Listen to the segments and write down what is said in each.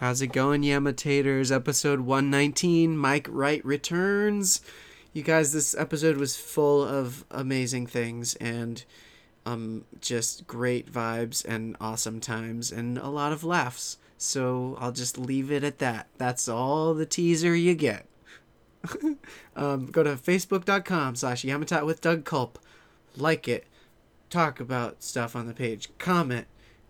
How's it going, Yamitators? Episode 119, Mike Wright returns. You guys, this episode was full of amazing things and um, just great vibes and awesome times and a lot of laughs. So I'll just leave it at that. That's all the teaser you get. um, go to facebook.com slash Yamitat with Doug Culp. Like it. Talk about stuff on the page. Comment.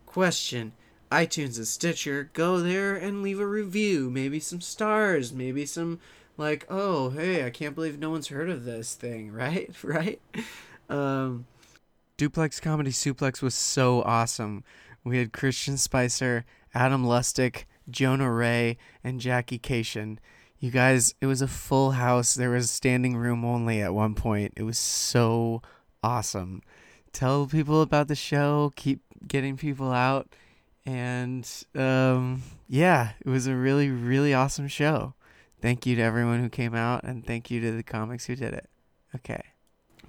Question iTunes and Stitcher, go there and leave a review. Maybe some stars, maybe some like, oh hey, I can't believe no one's heard of this thing, right? right? Um Duplex Comedy Suplex was so awesome. We had Christian Spicer, Adam Lustick, Jonah Ray, and Jackie Cation. You guys, it was a full house. There was standing room only at one point. It was so awesome. Tell people about the show, keep getting people out and um, yeah, it was a really, really awesome show. Thank you to everyone who came out, and thank you to the comics who did it. Okay.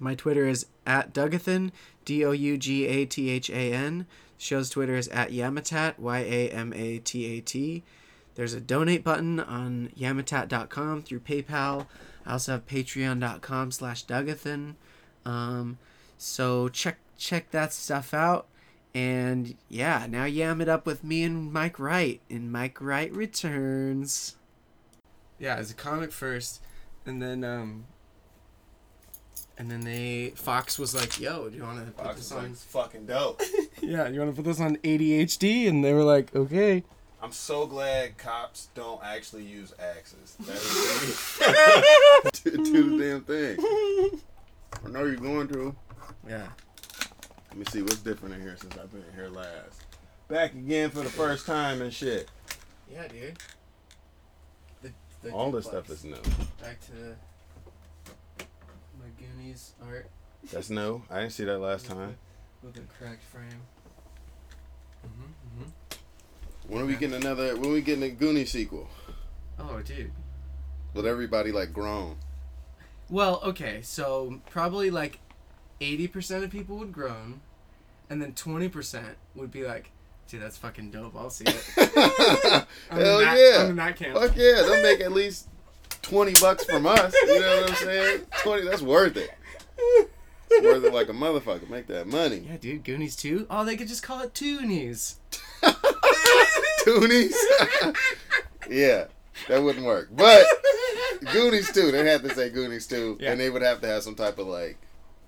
My Twitter is at Dougathan, D O U G A T H A N. Show's Twitter is at Yamatat, Y A M A T A T. There's a donate button on yamatat.com through PayPal. I also have patreon.com slash Dougathan. Um, so check check that stuff out. And yeah, now yam it up with me and Mike Wright, and Mike Wright returns. Yeah, as a comic first, and then um, and then they Fox was like, "Yo, do you want to put Fox this is on?" like, fucking dope. Yeah, you want to put this on ADHD, and they were like, "Okay." I'm so glad cops don't actually use axes. That is do, do the damn thing. I know you're going through. Yeah. Let me see what's different in here since I've been here last. Back again for the first time and shit. Yeah, dude. The, the All this duplex. stuff is new. back to my Goonies art That's new. I didn't see that last time. with a cracked frame. Mm-hmm, When are we getting another? When we getting a Goonie sequel Oh, dude. with everybody like grown? Well, okay, so probably like 80% of people would groan, and then 20% would be like, dude, that's fucking dope, I'll see it. Hell I'm in that, I'm in yeah! that camp. Fuck yeah! They'll make at least twenty bucks from us. You know what I'm saying? Twenty. That's worth it. It's worth it like a motherfucker. Make that money. Yeah, dude, Goonies 2? Oh, they could just call it Toonies. Toonies. yeah, that wouldn't work. But Goonies too. They'd have to say Goonies too, Yeah. and they would have to have some type of like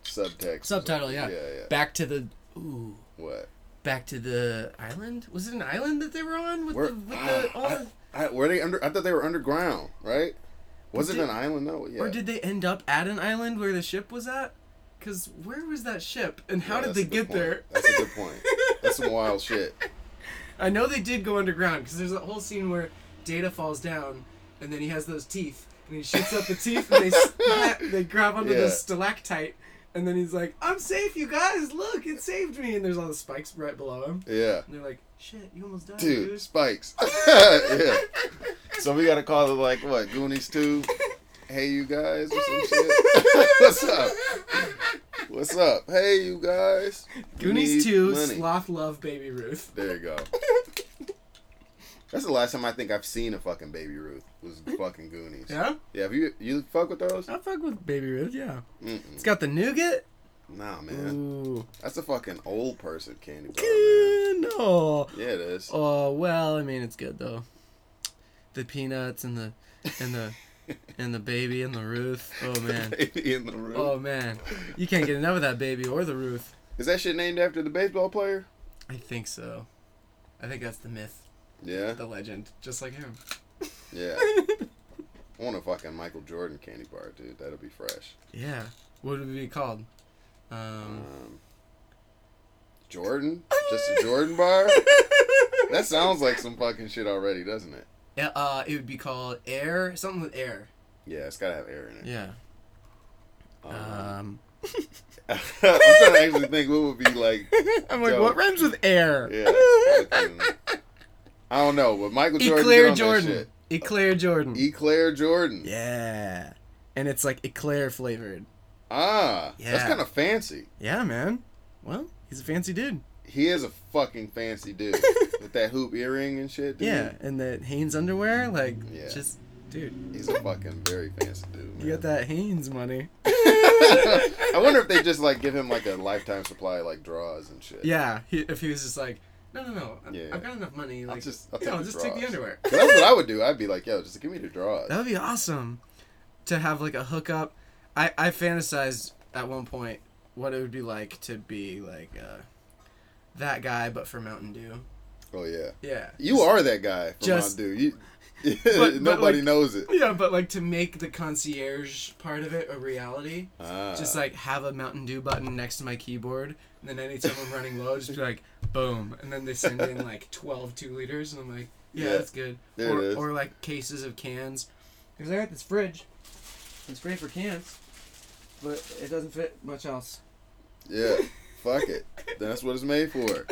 subtext. or Subtitle, something. yeah. Yeah, yeah. Back to the. Ooh. What? Back to the island? Was it an island that they were on with Where? the. With ah, the, all the I, I, were they under? I thought they were underground, right? Was it did- an island? No. Yeah. Or did they end up at an island where the ship was at? Because where was that ship? And how Yeah, did that's they a get good point. there? That's a good point. That's some wild shit. I know they did go underground because there's a whole scene where Data falls down and then he has those teeth and he shoots up the teeth and they snap, they grab onto Yeah. the stalactite and then he's like, "I'm safe, you guys! Look, it saved me!" And there's all the spikes right below him. Yeah. And they're like, "Shit, you almost died, dude." Dude, spikes. yeah. So we gotta call it like what? Goonies two. Hey you guys or some shit. What's up? What's up? Hey you guys. We need Goonies two, money. sloth love baby Ruth. There you go. That's the last time I think I've seen a fucking Baby Ruth was fucking Goonies. Yeah, Yeah. Have you you fuck with those? I fuck with baby Ruth. Yeah, Mm-mm. it's got the nougat. Nah, man. Ooh. That's a fucking old person candy bar. Man. no. Yeah, it is. Oh well, I mean it's good though. The peanuts and the and the and the baby and the Ruth. Oh man. Baby in the room. Oh man. You can't get enough of that baby or the Ruth. Is that shit named after the baseball player? I think so. I think that's the myth, Yeah. the legend, just like him. Yeah. I want a fucking Michael Jordan candy bar, dude. That'll be fresh. Yeah. What would it be called? Um, Um, Jordan? Just a Jordan bar? That sounds like some fucking shit already, doesn't it? yeah, uh, it would be called air, something with air. Yeah, it's gotta have air in it. Yeah. Um, Um, I'm trying to actually think what would be like. I'm like, what rhymes with air? Yeah. fucking- I don't know, but Michael Jordan. Eclair did all that E Jordan. Eclair Jordan. shit. Eclair Jordan. Yeah. And it's like eclair flavored. Ah, that's Yeah. kind of fancy. Yeah, man. Well, he's a fancy dude. He is a fucking fancy dude. but that hoop earring and shit. Dude. Yeah, and that Hanes underwear, like, Yeah. just dude, he's a fucking very fancy dude. Man. you got that Hanes money. I wonder if they just like give him like a lifetime supply of, like draws and shit. Yeah, he, if he was just like, no, no, no, I- Yeah. I've got enough money. Like, I'll just I'll yeah, take, I'll the, just draws. take the underwear. 'Cause That's what I would do. I'd be like, yo, just give me the draws. That would be awesome to have like a hookup. I I fantasized at one point what it would be like to be like uh, that guy, but for Mountain Dew. Oh yeah, Yeah. you are that guy from Just- just, Mountain Dew. You, but, nobody like- knows it. Yeah, but like to make the concierge part of it a reality, Ah. just like have a Mountain Dew button next to my keyboard, and then anytime I'm running low, just be like, boom, and then they send in like 12 two liters, and I'm like, yeah, Yeah. that's good. There or, it is. or like cases of cans, because I got this fridge, it's great for cans, but it doesn't fit much else. Ah, Yeah, fuck it. That's what it's made for.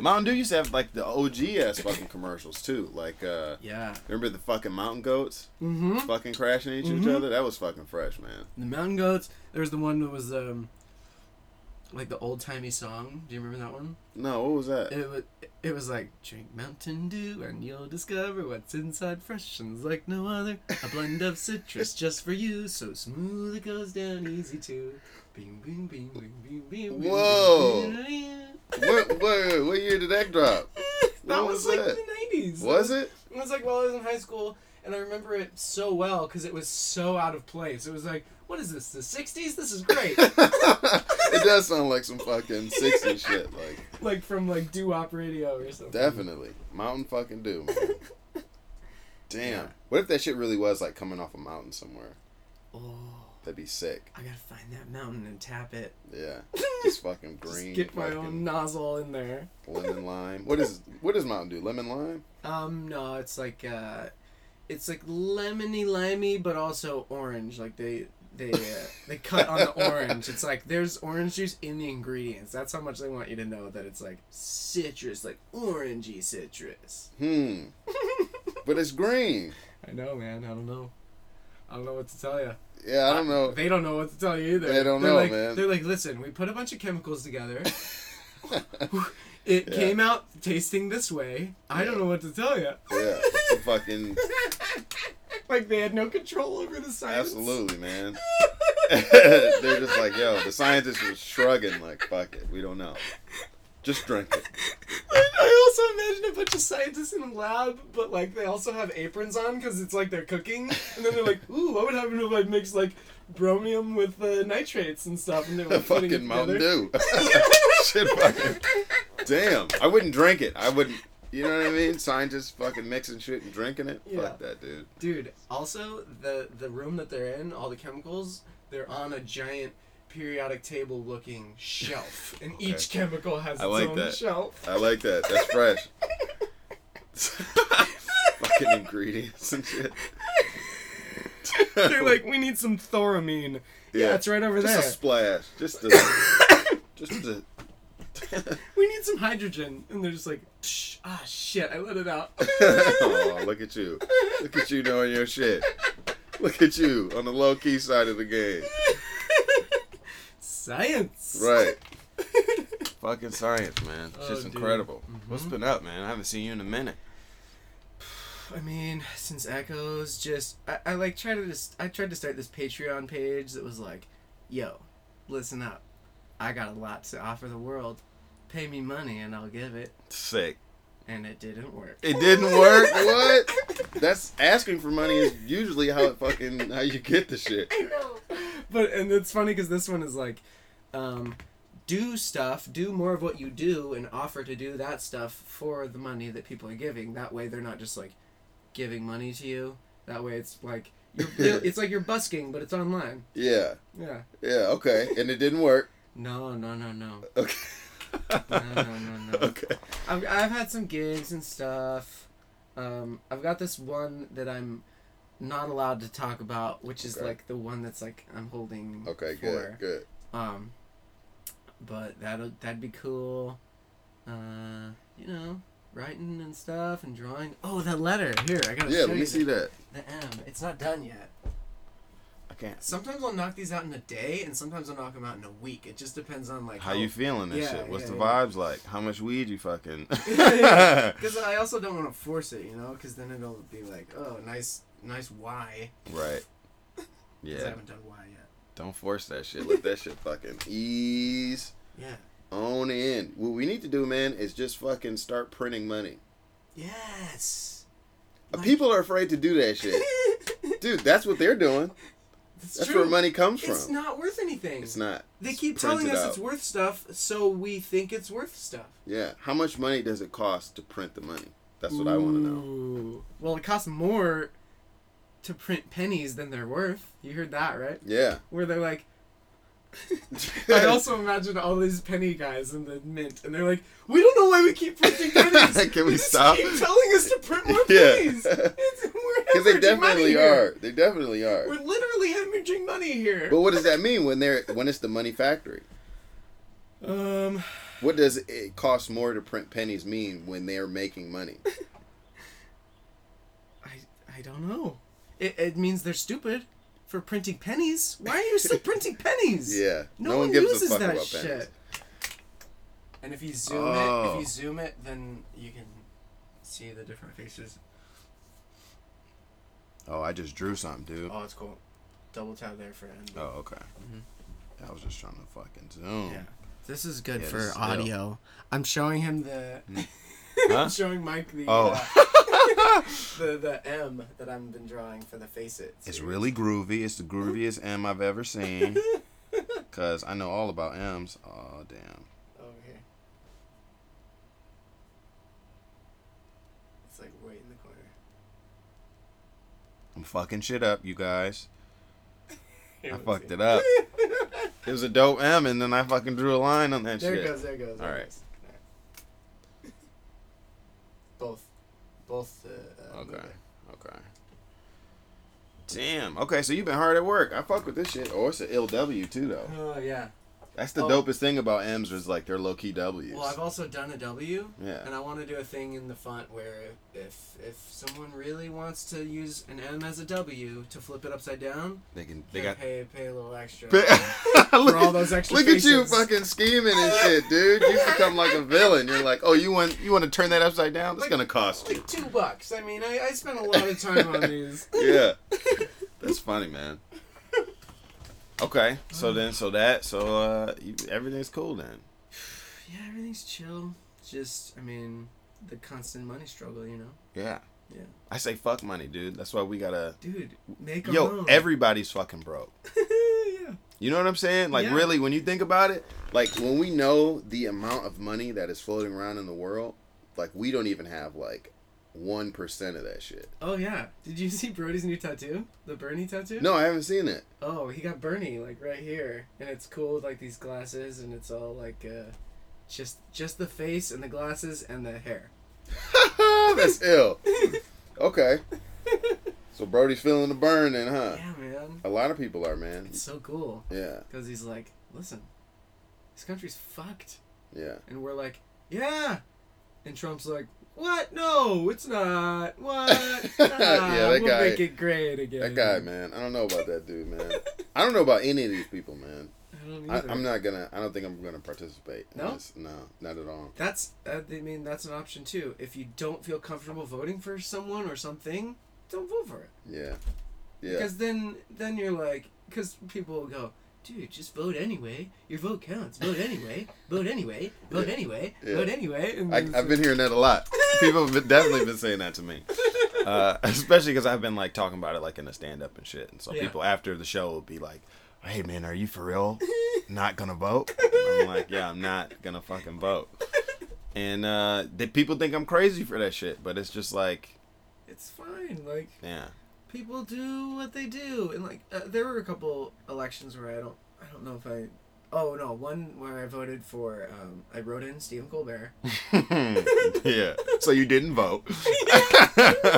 Mountain Dew used to have like the OG ass fucking commercials too. Like, uh, Yeah. remember the fucking mountain goats Mm-hmm. fucking crashing into each Mhm. other? That was fucking fresh, man. The Mountain Goats. There was the one that was um, like the old timey song. Do you remember that one? No, what was that? It was it was like drink Mountain Dew and you'll discover what's inside freshens like no other. A blend of citrus just for you, so smooth it goes down easy too. Bing bing bing bing bing bing. bing, Whoa. bing, bing, what, what, what year did that drop? bing. that What was, was like that? the nineties. Was it? It was like while I was in high school, and I remember it so well because it was so out of place. It was like, what is this? The sixties? This is great. it does sound like some fucking 60s shit. Like, like from like doo wop radio or something. definitely. Mountain fucking Dew, man. Damn. What if that shit really was like coming off a mountain somewhere? Oh, That'd be sick. I gotta find that mountain and tap it. Yeah. Just fucking Just green. get my fucking- own nozzle in there. lemon lime. What is what is Mountain Dew? Lemon lime? Um, no, it's like uh, it's like lemony limey, but also orange. Like they they uh, they cut on the orange. It's like there's orange juice in the ingredients. That's how much they want you to know that it's like citrus, like orangey citrus. Hmm. but it's green. I know, man. I don't know. I don't know what to tell you. Yeah, I don't know. They don't know what to tell you either. They don't They're know, like, man. They're like, listen, we put a bunch of chemicals together. It came out tasting this way. I don't know what to tell you. yeah, it's a fucking Like they had no control over the science. absolutely, man. They're just like, yo, the scientists was shrugging, like, fuck it, we don't know. Just drink it. I also imagine a bunch of scientists in a lab, but like they also have aprons on because it's like they're cooking, and then they're like, "Ooh, what would happen if I mix like bromium with uh, nitrates and stuff?" And they're like, putting it fucking Mountain together. Dew. Shit, fucking. Damn, I wouldn't drink it. I wouldn't. You know what I mean? Scientists fucking mixing shit and drinking it. Yeah. Fuck that, dude. Dude, also the the room that they're in, all the chemicals, they're on a giant periodic table looking shelf, and each chemical has I its like own that. shelf. I like that. That's fresh. fucking ingredients and shit. They're like, we need some thoramine. Yeah, Yeah. it's right over just there. a splash. Just a. just a. we need some hydrogen, and they're just like, Psh, ah, shit, I let it out. oh, look at you. Look at you knowing your shit. Look at you on the low key side of the game. Science. Right. Fucking science, man. It's Oh, just dude. incredible. What's been up, man? I haven't seen you in a minute. I mean, since Echoes, just I, I like tried to just I tried to start this Patreon page that was like, yo, listen up, I got a lot to offer the world. Pay me money and I'll give it. Sick. and it didn't work. It didn't work. what? That's asking for money is usually how it fucking how you get the shit. But and it's funny because this one is like, um, do stuff, do more of what you do, and offer to do that stuff for the money that people are giving. That way, they're not just like giving money to you. That way, it's like you're, it's like you're busking, but it's online. Yeah. Yeah. Yeah, okay. And it didn't work. No, no, no, no, Okay. no, no, no, no. Okay. I've, I've had some gigs and stuff. Um, I've got this one that I'm not allowed to talk about, which is Okay. like the one that's like I'm holding. Okay, for. good. Good. Um, but that'll that'd be cool. Uh, you know, writing and stuff and drawing. Oh, that letter here. I gotta Yeah, show let you me see the, that. the M. It's not done yet. I can't. Sometimes I'll knock these out in a day, and sometimes I'll knock them out in a week. It just depends on like How you feeling and Yeah, shit? What's yeah, the yeah. vibes like? How much weed you fucking? Because I also don't want to force it, you know, because then it'll be like, oh, nice, nice Y. right. 'Cause I Yeah. haven't done Y yet. Don't force that shit. Let that shit fucking ease on in. What we need to do, man, is just fucking start printing money. Yeah. Yes. Uh, People are afraid to do that shit. Dude, that's what they're doing. That's, That's true. where money comes from. It's not worth anything. It's not. They It's keep printed telling us out. it's worth stuff, so we think it's worth stuff. Yeah. How much money does it cost to print the money? That's what I want to know. Ooh. Well, it costs more to print pennies than they're worth. You heard that, right? Yeah. Where they're like, I also imagine all these penny guys in the mint, and they're like, "We don't know why we keep printing pennies. Can we You just stop?" Keep telling us to print more Yeah. pennies. It's, we're Because they hemorrhaging money definitely here. are. They definitely are. We're literally hemorrhaging money here. But what does that mean when they're when it's the money factory? Um, What does it cost more to print pennies mean when they're making money? I I don't know. It it means they're stupid for printing pennies. Why are you still printing pennies? Yeah. No, one, uses that shit. And if you zoom it, Oh. if you zoom it, then you can see the different faces. Oh, I just drew something, dude. Oh, Oh, it's cool. Double tap there for end. okay. Mm-hmm. I was just trying to fucking zoom. Yeah. This is good Yeah, for this is Hmm. audio. I'm showing him And the Huh? I'm showing Mike the Oh. uh, the the M that I've been drawing for the face it. It's really groovy. It's the grooviest M I've ever seen. Cause I know all about M's. Oh damn. over here. It's like right in the corner. I'm fucking shit up, you guys. Here, I let's fucked see. it up. It was a dope M, and then I fucking drew a line on that There shit. it goes. There it goes. there it Alright. goes. Alright. Both, both. Uh, uh, Okay. Okay. Damn. Okay, so you've been hard at work. I fuck with this shit. Oh, it's an LW too, though. Oh yeah. That's the Oh. dopest thing about M's is like they're low key W's. Well, I've also done a W, and yeah. I want to do a thing in the font where if if someone really wants to use an M as a W to flip it upside down, They can. they They got. pay pay a little extra. look for all those extra. look at you faces. fucking scheming and shit, dude. You become like a villain. You're like, oh, you want you want to turn that upside down? It's Like- gonna cost you. like two bucks. I mean, I, I spent a lot of time on these. Yeah. That's funny, man. Okay, so then, so that, so uh, you, everything's cool then. Yeah, everything's chill. Just, I mean, the constant money struggle, you know. Yeah. Yeah. I say fuck money, dude. That's why we gotta. Dude, make Yo, our own. everybody's fucking broke. yeah. You know what I'm saying? Like Yeah. really, when you think about it, like when we know the amount of money that is floating around in the world, like we don't even have like one percent of that shit. Oh yeah. Did you see Brody's new tattoo? The Bernie tattoo? No, I haven't seen it. Oh, he got Bernie like right here, and it's cool with like these glasses, and it's all like, uh, just just the face and the glasses and the hair. That's ill. Okay. So Brody's feeling the burn then, huh? Yeah, man. A lot of people are, man. It's so cool Yeah, because he's like, listen, this country's fucked, yeah. and we're like, yeah, and Trump's like. What? No, it's not. What? Ah, Yeah, that we'll guy- make it great again. That guy, man. I don't know about that dude, man. I don't know about any of these people, man. I don't I, either. I'm not gonna. I don't think I'm gonna participate. in No? this. no, not at all. That's uh, I mean that's an option too. If you don't feel comfortable voting for someone or something, don't vote for it. Yeah, yeah. Because then then you're like because people will go, dude, just vote anyway. Your vote counts. Vote anyway. vote anyway. Vote Yeah. anyway. Yeah. Vote anyway. And I, then it's I've like, been hearing that a lot. People have been, definitely been saying that to me, uh, especially because I've been like talking about it like in a stand up and shit. And so Yeah. people after the show will be like, "Hey man, are you for real? Not gonna vote?" And I'm like, "Yeah, I'm not gonna fucking vote." And uh, the people think I'm crazy for that shit, but it's just like, It's fine. Like yeah, people do what they do, and like uh, there were a couple elections where I don't I don't know if I. Oh no! One where I voted for, um, I wrote in Stephen Colbert. Hmm. yeah. So you didn't vote.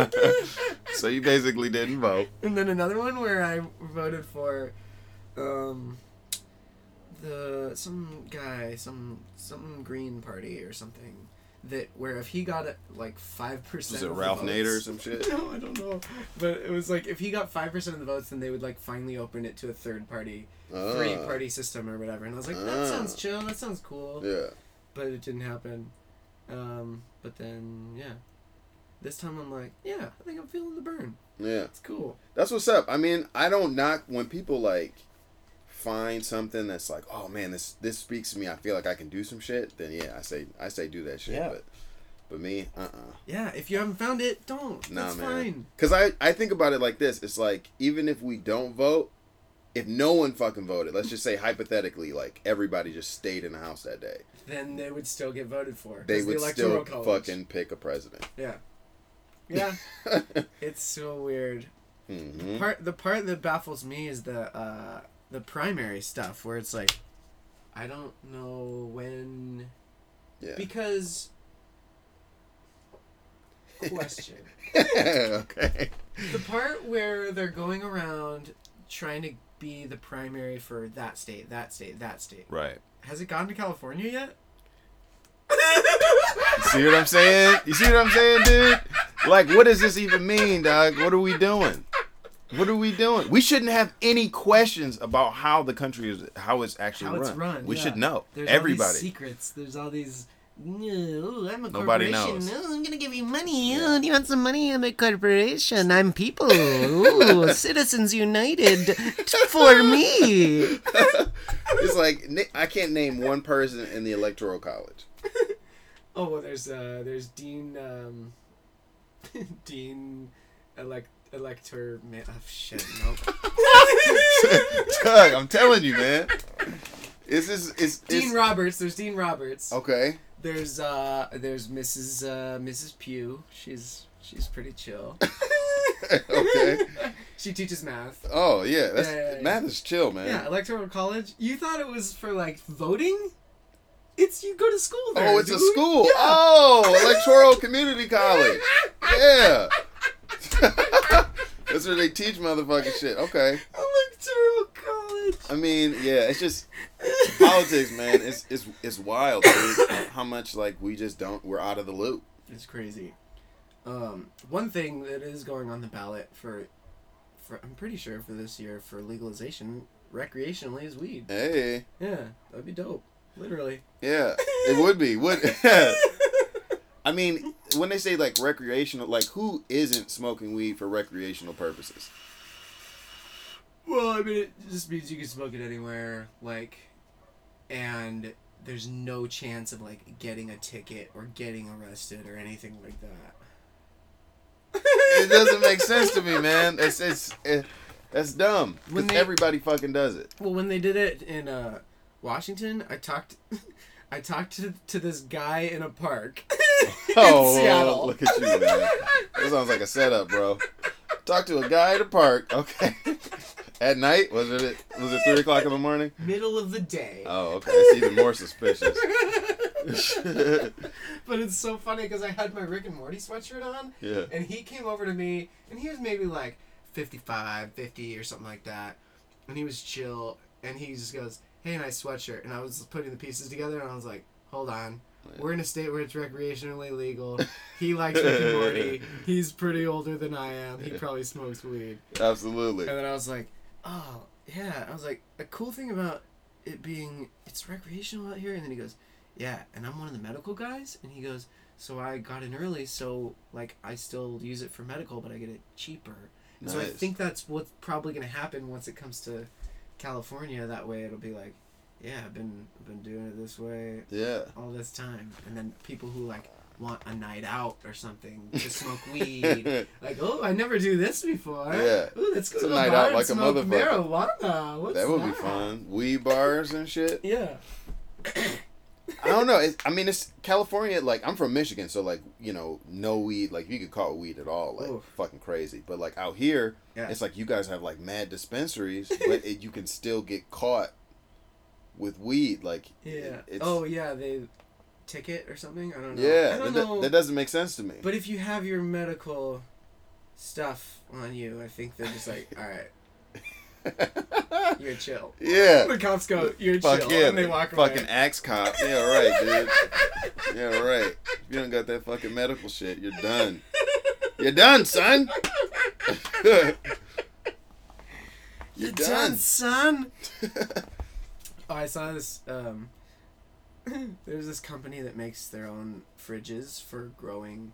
so you basically didn't vote. And then another one where I voted for um the some guy, some some green party or something. that where if he got uh, like five percent, Was it Ralph Nader or some shit? No, I don't know. But it was like if he got five percent of the votes, then they would like finally open it to a third party, Ah, three party system or whatever. And I was like, that Ah. sounds chill. That sounds cool. Yeah. But it didn't happen. Um, but then yeah, this time I'm like, yeah, I think I'm feeling the burn. Yeah. It's cool. That's what's up. I mean, I don't knock when people like find something that's like, oh man, this this speaks to me. I feel like I can do some shit. Then yeah, I say I say do that shit. Yeah. But but me, uh, uh Yeah, if you haven't found it, don't. nah, That's man. fine. Cause I I think about it like this. It's like even if we don't vote, if no one fucking voted, let's just say hypothetically, like everybody just stayed in the house that day, Then they would still get voted for. they It's the would Electoral still College. fucking pick a president. yeah. Yeah, it's so weird. hmm Part the part that baffles me is the uh, the primary stuff where it's like, I don't know when Yeah. because question okay. the part where they're going around trying to be the primary for that state, that state, that state. Right. Has it gone to California yet? See what I'm saying? You see what I'm saying, dude? Like, what does this even mean, dog? What are we doing? What are we doing? We shouldn't have any questions about how the country is, how it's actually How run. it's run, we yeah. should know. There's all these Everybody. secrets. There's all these. No, I'm a corporation. Nobody knows. Oh, I'm gonna give you money. Yeah. Oh, do you want some money? I'm a corporation. I'm people. Ooh, Citizens United t- for me. It's like na- I can't name one person in the electoral college. Oh well, there's uh, there's Dean, um, Dean, elect elector. Man, oh shit, nope. Doug, I'm telling you, man. It's just it's, it's Dean Roberts. There's Dean Roberts. okay. There's uh, there's Mrs. Uh, Mrs. Pugh. She's she's pretty chill. okay. she teaches math. Oh yeah, that's Yeah, yeah, yeah. math is chill, man. Yeah, electoral college. You thought it was for like voting? It's you go to school there. Oh, it's a dude. school. Yeah. Oh, electoral community college. Yeah. That's where they teach motherfucking shit. Okay. Electoral college. I mean, yeah, it's just politics, man. It's it's it's wild dude, how much like we just don't we're out of the loop. It's crazy. Um, one thing that is going on the ballot for, for I'm pretty sure for this year for legalization recreationally is weed. Hey. Yeah, that'd be dope. Literally. Yeah. It would be. Would I mean, when they say like recreational, like who isn't smoking weed for recreational purposes? Well, I mean, it just means you can smoke it anywhere, like, and there's no chance of like getting a ticket or getting arrested or anything like that. It doesn't make sense to me, man. It's it's it, that's dumb. 'Cause When they- everybody fucking does it. Well, when they did it in uh, Washington, I talked, I talked to, to this guy in a park in Oh, Seattle. look at you, man. That sounds like a setup, bro. Talk to a guy at a park, okay? At night? Was it was it three o'clock in the morning? Middle of the day. Oh, okay. That's even more suspicious. but it's so funny because I had my Rick and Morty sweatshirt on, yeah. and he came over to me and he was maybe like 55 50 or something like that and he was chill and he just goes hey nice sweatshirt and i was putting the pieces together and i was like hold on we're in a state where it's recreationally legal. He likes Rick and Morty. He's pretty older than I am. He probably smokes weed. Absolutely. And then I was like, oh, yeah. I was like, a cool thing about it being, it's recreational out here. And then he goes, yeah. And I'm one of the medical guys. And he goes, so I got in early. So, like, I still use it for medical, but I get it cheaper. And So I Nice. think that's what's probably going to happen once it comes to California. That way it'll be like, yeah, I've been, I've been doing it this way Yeah. all this time. And then people who, like, want a night out or something to smoke weed like, oh, I never do this before. Yeah. Ooh, let's go It's a to a night bar out and like a smoke motherfucker. marijuana. What's that would be fun. Weed bars and shit. Yeah. I don't know. It's, I mean, it's California. Like, I'm from Michigan, so like, you know, no weed. Like, you could call it weed at all. Like, Oof. fucking crazy. But like out here, Yeah. it's like you guys have like mad dispensaries, but it, you can still get caught with weed. Like, Yeah. it- it's, oh, yeah, they ticket or something. I don't know. yeah. I That, don't do- know. that doesn't make sense to me. but if you have your medical stuff on you, I think they're just like, all right, you're chill. yeah. The cops go, you're Fuck chill, yeah. and they walk fucking away. axe cop. Yeah, right, dude. yeah, right. you don't got that fucking medical shit, you're done. You're done, son. you're, You're done, done. son. Oh, I saw this. Um, there's this company that makes their own fridges for growing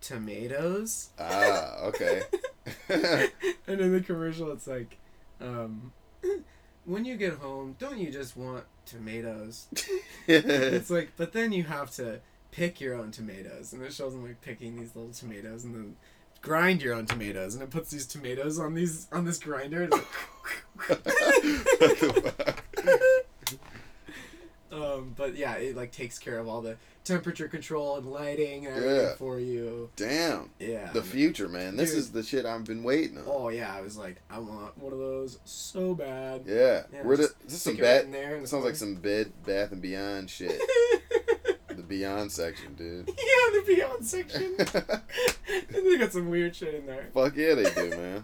tomatoes. ah, okay. and in the commercial, it's like, um, when you get home, don't you just want tomatoes? it's like, but then you have to pick your own tomatoes, and it shows them like picking these little tomatoes, and then grind your own tomatoes, and it puts these tomatoes on these on this grinder. and what it's like- the fuck? um, but yeah, it like takes care of all the temperature control and lighting and everything Yeah. for you. Damn. Yeah. The future, man. This Dude. is the shit I've been waiting on. oh yeah, I was like, I want one of those so bad. Yeah. Yeah, Where the, is just this some Stick it right bad in there. sounds like some bed bath and beyond shit. yeah, the beyond section, dude. the Beyond section. and they got some weird shit in there. Fuck yeah they do, man.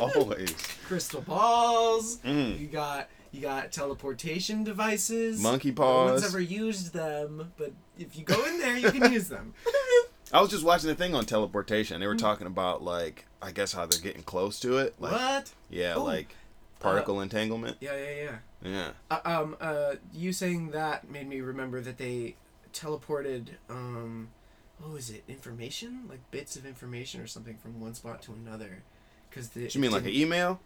Always. Crystal balls. Mm. You got you got teleportation devices. Monkey No one's paws. ever used them, but if you go in there, you can use them. I was just watching the thing on teleportation. Mm. They were talking about like I guess how they're getting close to it. Like what? yeah, Oh. Uh, like particle entanglement. Yeah, yeah, yeah. Yeah. Uh, um, uh, you saying that made me remember that they teleported, um, what was it, information? Like bits of information or something from one spot to another. Cause the, You mean like an email?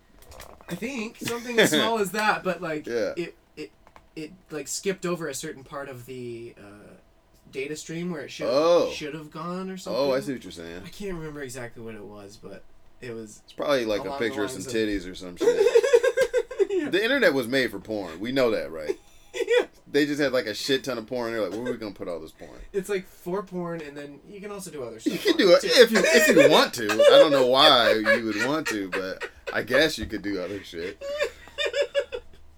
I think something as small as that, but like Yeah. it, it, it like skipped over a certain part of the uh, data stream where it should Oh. should have gone or something. Oh, I see what you're saying. I can't remember exactly what it was, but it was. It's probably like a Along the picture of some lines of- titties or some shit. Yeah. the internet was made for porn. We know that, right? Yeah. They just had like a shit ton of porn. They're like, where are we gonna put all this porn? It's like for porn, and then you can also do other stuff. You can on do it too. if you if you want to. I don't know why you would want to, but I guess you could do other shit.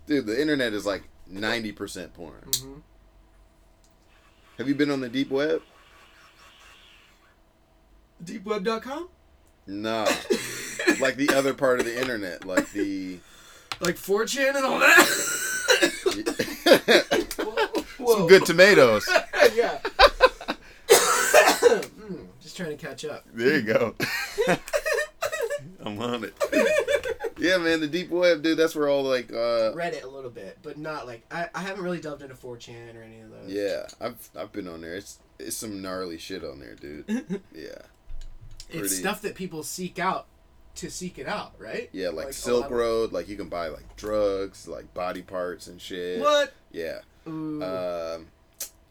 Dude, the internet is like ninety percent porn. Mhm. Have you been on the deep web? Deepweb.com? Nah. Like the other part of the internet, like the Like 4chan and all that? Whoa. some good tomatoes. yeah. Mm, Just trying to catch up. There you go. I'm on it. Yeah, man, the deep web, dude. That's where all like uh, Read it a little bit, but not like. I, I haven't really delved into 4chan or any of those. Yeah, I've I've been on there. It's it's some gnarly shit on there, dude. yeah, pretty- It's stuff that people seek out to seek it out, right? yeah, like, a Silk lot of- Road. Like you can buy like drugs, like body parts and shit. What? Yeah. Ooh. Um,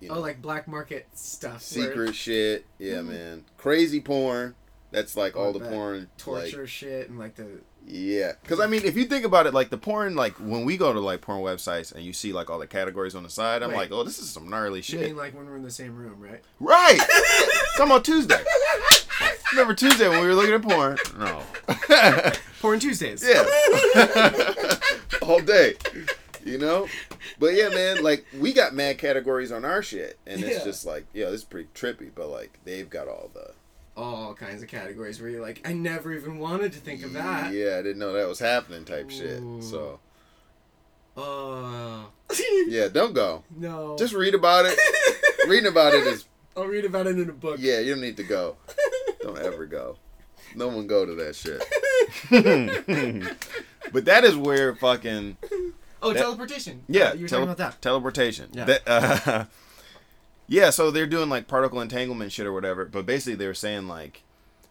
you know, oh, like black market stuff. where secret shit. Yeah, man. Crazy porn. That's like Oh, Mm-hmm. I all the bet. porn. Like, Torture shit and like the. Yeah, because I mean, if you think about it, like the porn, like when we go to like porn websites and you see like all the categories on the side, I'm Wait. like, oh, this is some gnarly You shit. mean like when we're in the same room, right? Right. Talking about Tuesday. Remember Tuesday when we were looking at porn? No. Porn Tuesdays. yeah. All day. You know? But yeah, man, like we got mad categories on our shit. And it's Yeah. just like, yeah, this is pretty trippy, but like they've got all the all kinds of categories where you're like, I never even wanted to think of that. Yeah, I didn't know that was happening type shit. Ooh. So Oh yeah, don't go. no. Just read about it. Reading about it is I'll read about it in a book. yeah, you don't need to go. Don't ever go. No one go to that shit. but that is where fucking Oh, That- teleportation. yeah Uh, you were tele- talking about that. teleportation. Yeah. That, uh, yeah. So they're doing like particle entanglement shit or whatever. But basically, they were saying like,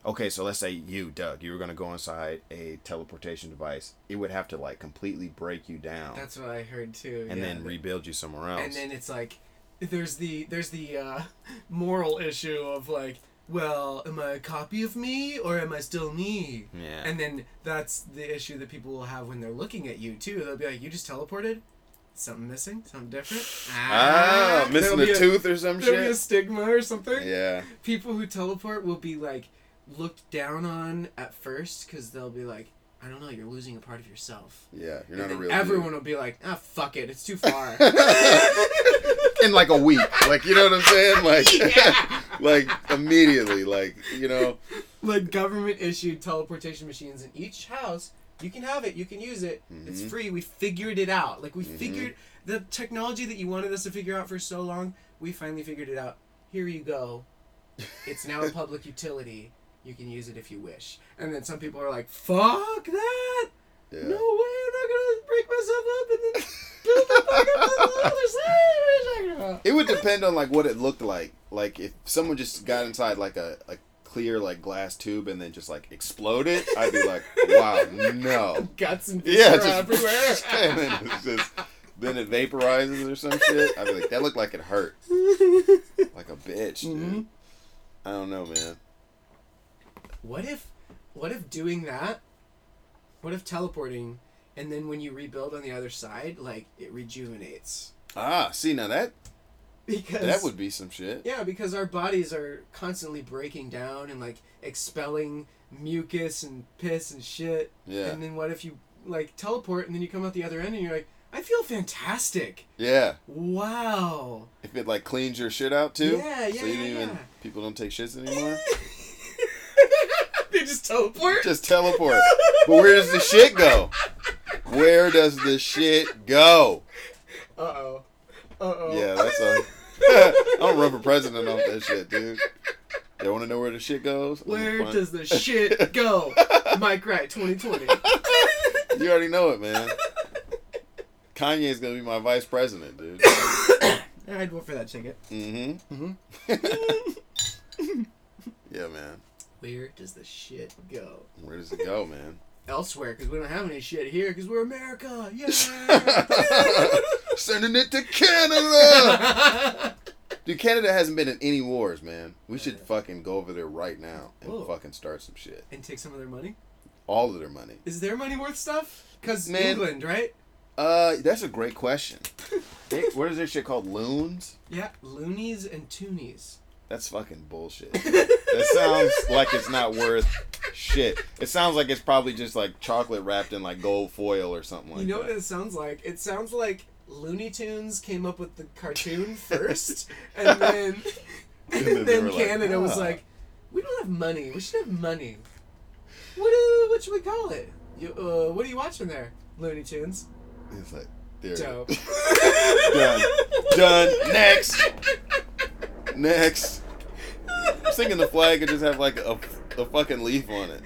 okay, so let's say you, Doug, you were gonna go inside a teleportation device. It would have to like completely break you down That's what I heard too. and yeah. then rebuild you somewhere else. And then it's like, there's the there's the uh, moral issue of like, well, am I a copy of me or am I still me? yeah. And then that's the issue that people will have when they're looking at you too. They'll be like, "You just teleported. Something missing. Something different. ah, There'll missing be a tooth or some There'll be a shit. stigma or something. Yeah. People who teleport will be like looked down on at first because they'll be like, "I don't know. You're losing a part of yourself." Yeah. You're And not a then real. dude. everyone will be like, "Ah, fuck it. It's too far." in like a week. Like you know what I'm saying? Like Yeah. like immediately. Like you know. like government issued teleportation machines in each house. You can have it. You can use it. It's Mhm. free. We figured it out. Like we Mhm. figured the technology that you wanted us to figure out for so long. We finally figured it out. here you go. It's now a public utility. You can use it if you wish. And then some people are like, fuck that! Yeah. No way, I'm not gonna break myself up and then build the fuck up on the other side. What are you talking about? It would depend on like what it looked like. Like if someone just got inside like a, a clear like glass tube and then just like exploded, I'd be like, wow, no. Guts and Yeah, viscera just everywhere. and then it's just then it vaporizes or some shit. I'd be like, that looked like it hurt, like a bitch. Dude. Mhm. I don't know, man. What if what if doing that? What if teleporting and then when you rebuild on the other side, like it rejuvenates? Ah, see now that Because that would be some shit. Yeah, because our bodies are constantly breaking down and like expelling mucus and piss and shit. Yeah. And then what if you like teleport and then you come out the other end and you're like, I feel fantastic. Yeah, Wow. if it like cleans your shit out too. Yeah, yeah, So you yeah, don't even yeah. people don't take shits anymore. they just teleport. just teleport. but where does the shit go? Where does the shit go? Uh oh. Uh oh. Yeah, that's a. I'm run for president off that shit, dude. They want to know where the shit goes. I'm Where fine. does the shit go? Mike Wright, 2020. You already know it, man. Kanye's gonna be my vice president, dude. I'd vote for that ticket. Mm-hmm. Mm-hmm. yeah, man. Where does the shit go? Where does it go, man? Elsewhere, because we don't have any shit here, because we're America. Yeah. Sending it to Canada. Dude, Canada hasn't been in any wars, man. We should fucking go over there right now and Whoa. fucking start some shit. and take some of their money. All of their money. Is their money worth stuff? Because Man. England, right? Uh, that's a great question. They, what is their shit called? Loons? Yeah, loonies and toonies. That's fucking bullshit. that sounds like it's not worth shit. It sounds like it's probably just like chocolate wrapped in like gold foil or something like you know that. what it sounds like? It sounds like Looney Tunes came up with the cartoon first, and then and then they then, were like, Canada was "Ah." like, "We don't have money. We should have money. What do what should we call it? You, uh, what are you watching there, Looney Tunes? It's like there. it Dope. is. Uh, Done. Done. Next. Next. I'm thinking the flag could just have like a, a fucking leaf on it.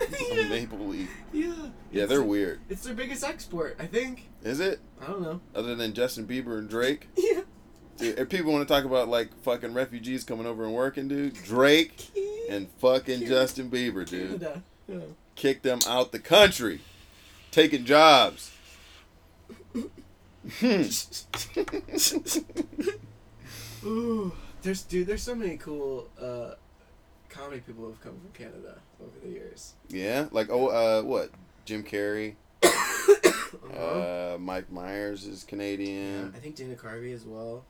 A yeah, maple leaf. yeah. Yeah, It's they're their- weird. It's their biggest export, I think. Is it? I don't know. Other than Justin Bieber and Drake? Yeah. Dude, if people want to talk about like fucking refugees coming over and working, dude, Drake and fucking Justin Bieber, dude. Canada. Yeah. kick them out the country, taking jobs. Hmm. Ooh, there's dude, there's so many cool uh, comedy people who've come from Canada over the years. yeah, like oh, uh, what? Jim Carrey, Uh-huh. uh, Mike Myers is yeah, Canadian. I think Dana Carvey as well.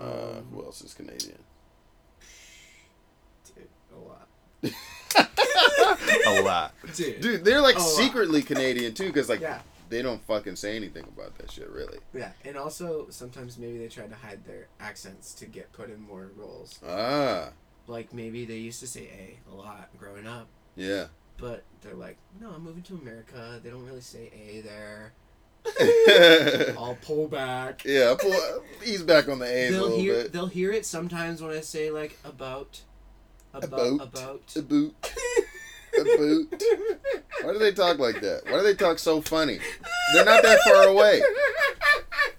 Uh, Um, who else is Canadian? dude, a lot. A lot, Dude, dude. They're like A lot. secretly Canadian too, because like Yeah. they don't fucking say anything about that shit, really. Yeah, and also sometimes maybe they tried to hide their accents to get put in more roles. Ah, Like maybe they used to say "a" a lot growing up, yeah. but they're like, "No, I'm moving to America." They don't really say "a" there. I'll pull back. yeah, pull, he's back on the A's a they'll little hear bit. they'll hear it sometimes when I say like about about About. about A boot. A boot. Why do they talk like that? Why do they talk so funny? They're not that far away.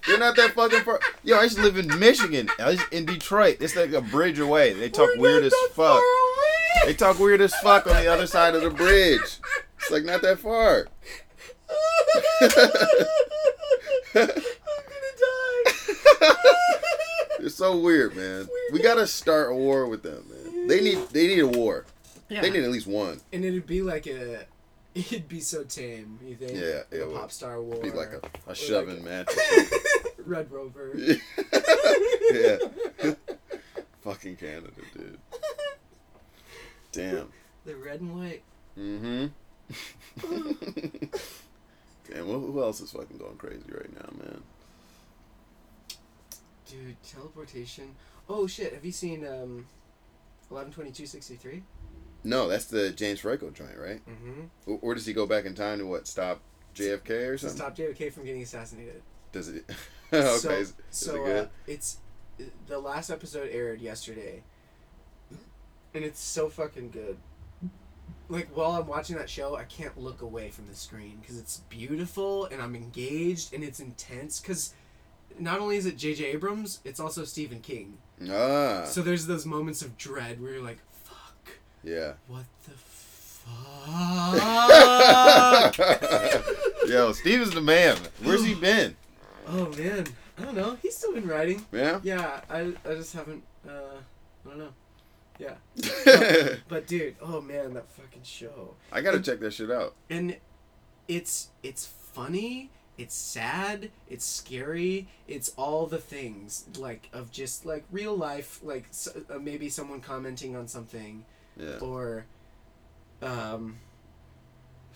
They're not that fucking far. Yo, I used to live in Michigan. I used, in Detroit. It's like a bridge away. They talk weird as fuck. They talk weird as fuck on the other side of the bridge. It's like not that far. It's so weird, man. We gotta start a war with them, man. They need they need a war. yeah. They need at least one. and it'd be like a it'd be so tame you think Yeah, like it a would pop star war Be like a, a shoving match. or red rover yeah. Fucking Canada, dude. Damn. the red and white Mm-hmm. Damn, who, who else is fucking going crazy right now, man? dude teleportation oh shit have you seen um 112263 No, that's the James Franco joint, right? mm-hmm Or, or does he go back in time to what? Stop JFK or to something? stop jfk from getting assassinated Does it? okay, so, Oh, is, is so it good? Uh, it's the last episode aired yesterday, and it's so fucking good. Like while I'm watching that show, I can't look away from the screen because it's beautiful and I'm engaged and it's intense. Because not only is it J.J. Abrams, it's also Stephen King. Ah, uh, So there's those moments of dread where you're like, "Fuck, yeah. what the fuck?" Yo, Steve is the man. Where's he been? oh man, I don't know. He's still been writing. Yeah. Yeah, I, I just haven't. Uh, I don't know. But dude, oh man, that fucking show. I gotta check that shit out. And it's it's funny, it's sad, it's scary, it's all the things like of just like real life, like s uh, maybe someone commenting on something Yeah. or um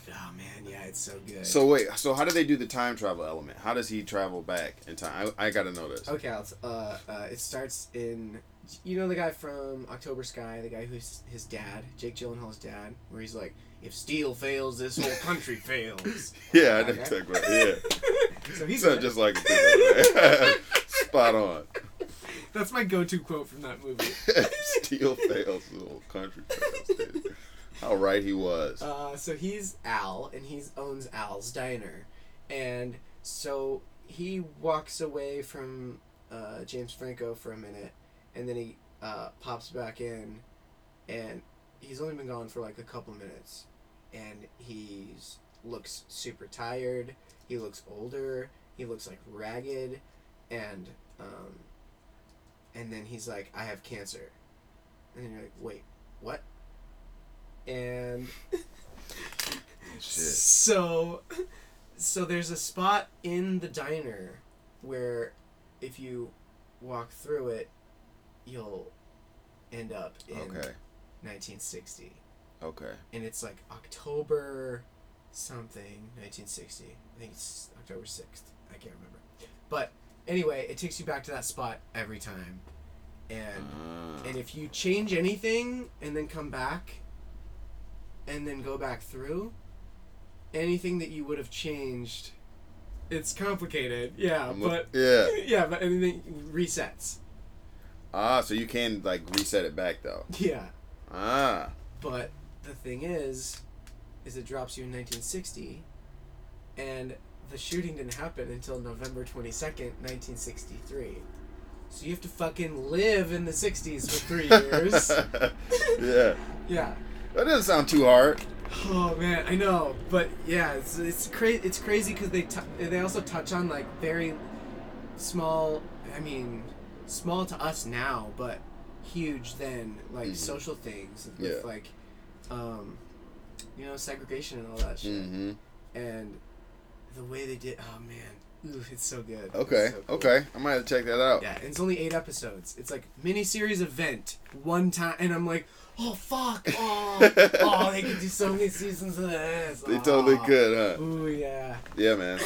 Oh man, yeah, it's so good. So wait, so how do they do the time travel element? How does he travel back in time? I, I gotta know this. Okay, I'll t- uh, uh, it starts in. You know the guy from October Sky, the guy who's his dad, Jake Gyllenhaal's dad, where he's like, "If steel fails, this whole country fails." Yeah, I Okay. know exactly. Yeah, So he's he's not just like a spot on. that's my go-to quote from that movie. Steel fails, the whole country fails. dude. How right he was. Uh, so he's Al, and he owns Al's Diner, and so he walks away from uh, James Franco for a minute, and then he uh, pops back in, and he's only been gone for like a couple minutes, and he's looks super tired. He looks older. He looks like ragged, and um, and then he's like, "I have cancer," and you're like, "Wait, what?" And Shit. so, so there's a spot in the diner where, if you walk through it, you'll end up in Okay. 1960, Okay. and it's like October something 1960. I think it's October 6th. I can't remember. But anyway, it takes you back to that spot every time, and Ah. and if you change anything and then come back and then go back through, anything that you would have changed, it's complicated. Yeah, I'm but look- yeah. yeah, but anything resets. Ah, so you can like reset it back though. Yeah, Ah. but the thing is, is it drops you in 1960, and the shooting didn't happen until November 22nd, 1963. So you have to fucking live in the 60s for three years. yeah. yeah. That doesn't sound too hard. Oh man, I know, but yeah, it's it's crazy. It's crazy because they t- they also touch on like very small. I mean, small to us now, but huge then, like Mhm. social things with Yeah. like, um, you know, segregation and all that shit, Mm-hmm. and the way they did. Oh man, ooh, it's so good. It's Okay. so cool. Okay. I might have to check that out. Yeah, and it's only eight episodes. It's like miniseries event one time, and I'm like, oh fuck, oh, oh they could do so many seasons of this. They totally oh. could, huh? Ooh yeah, Yeah, man.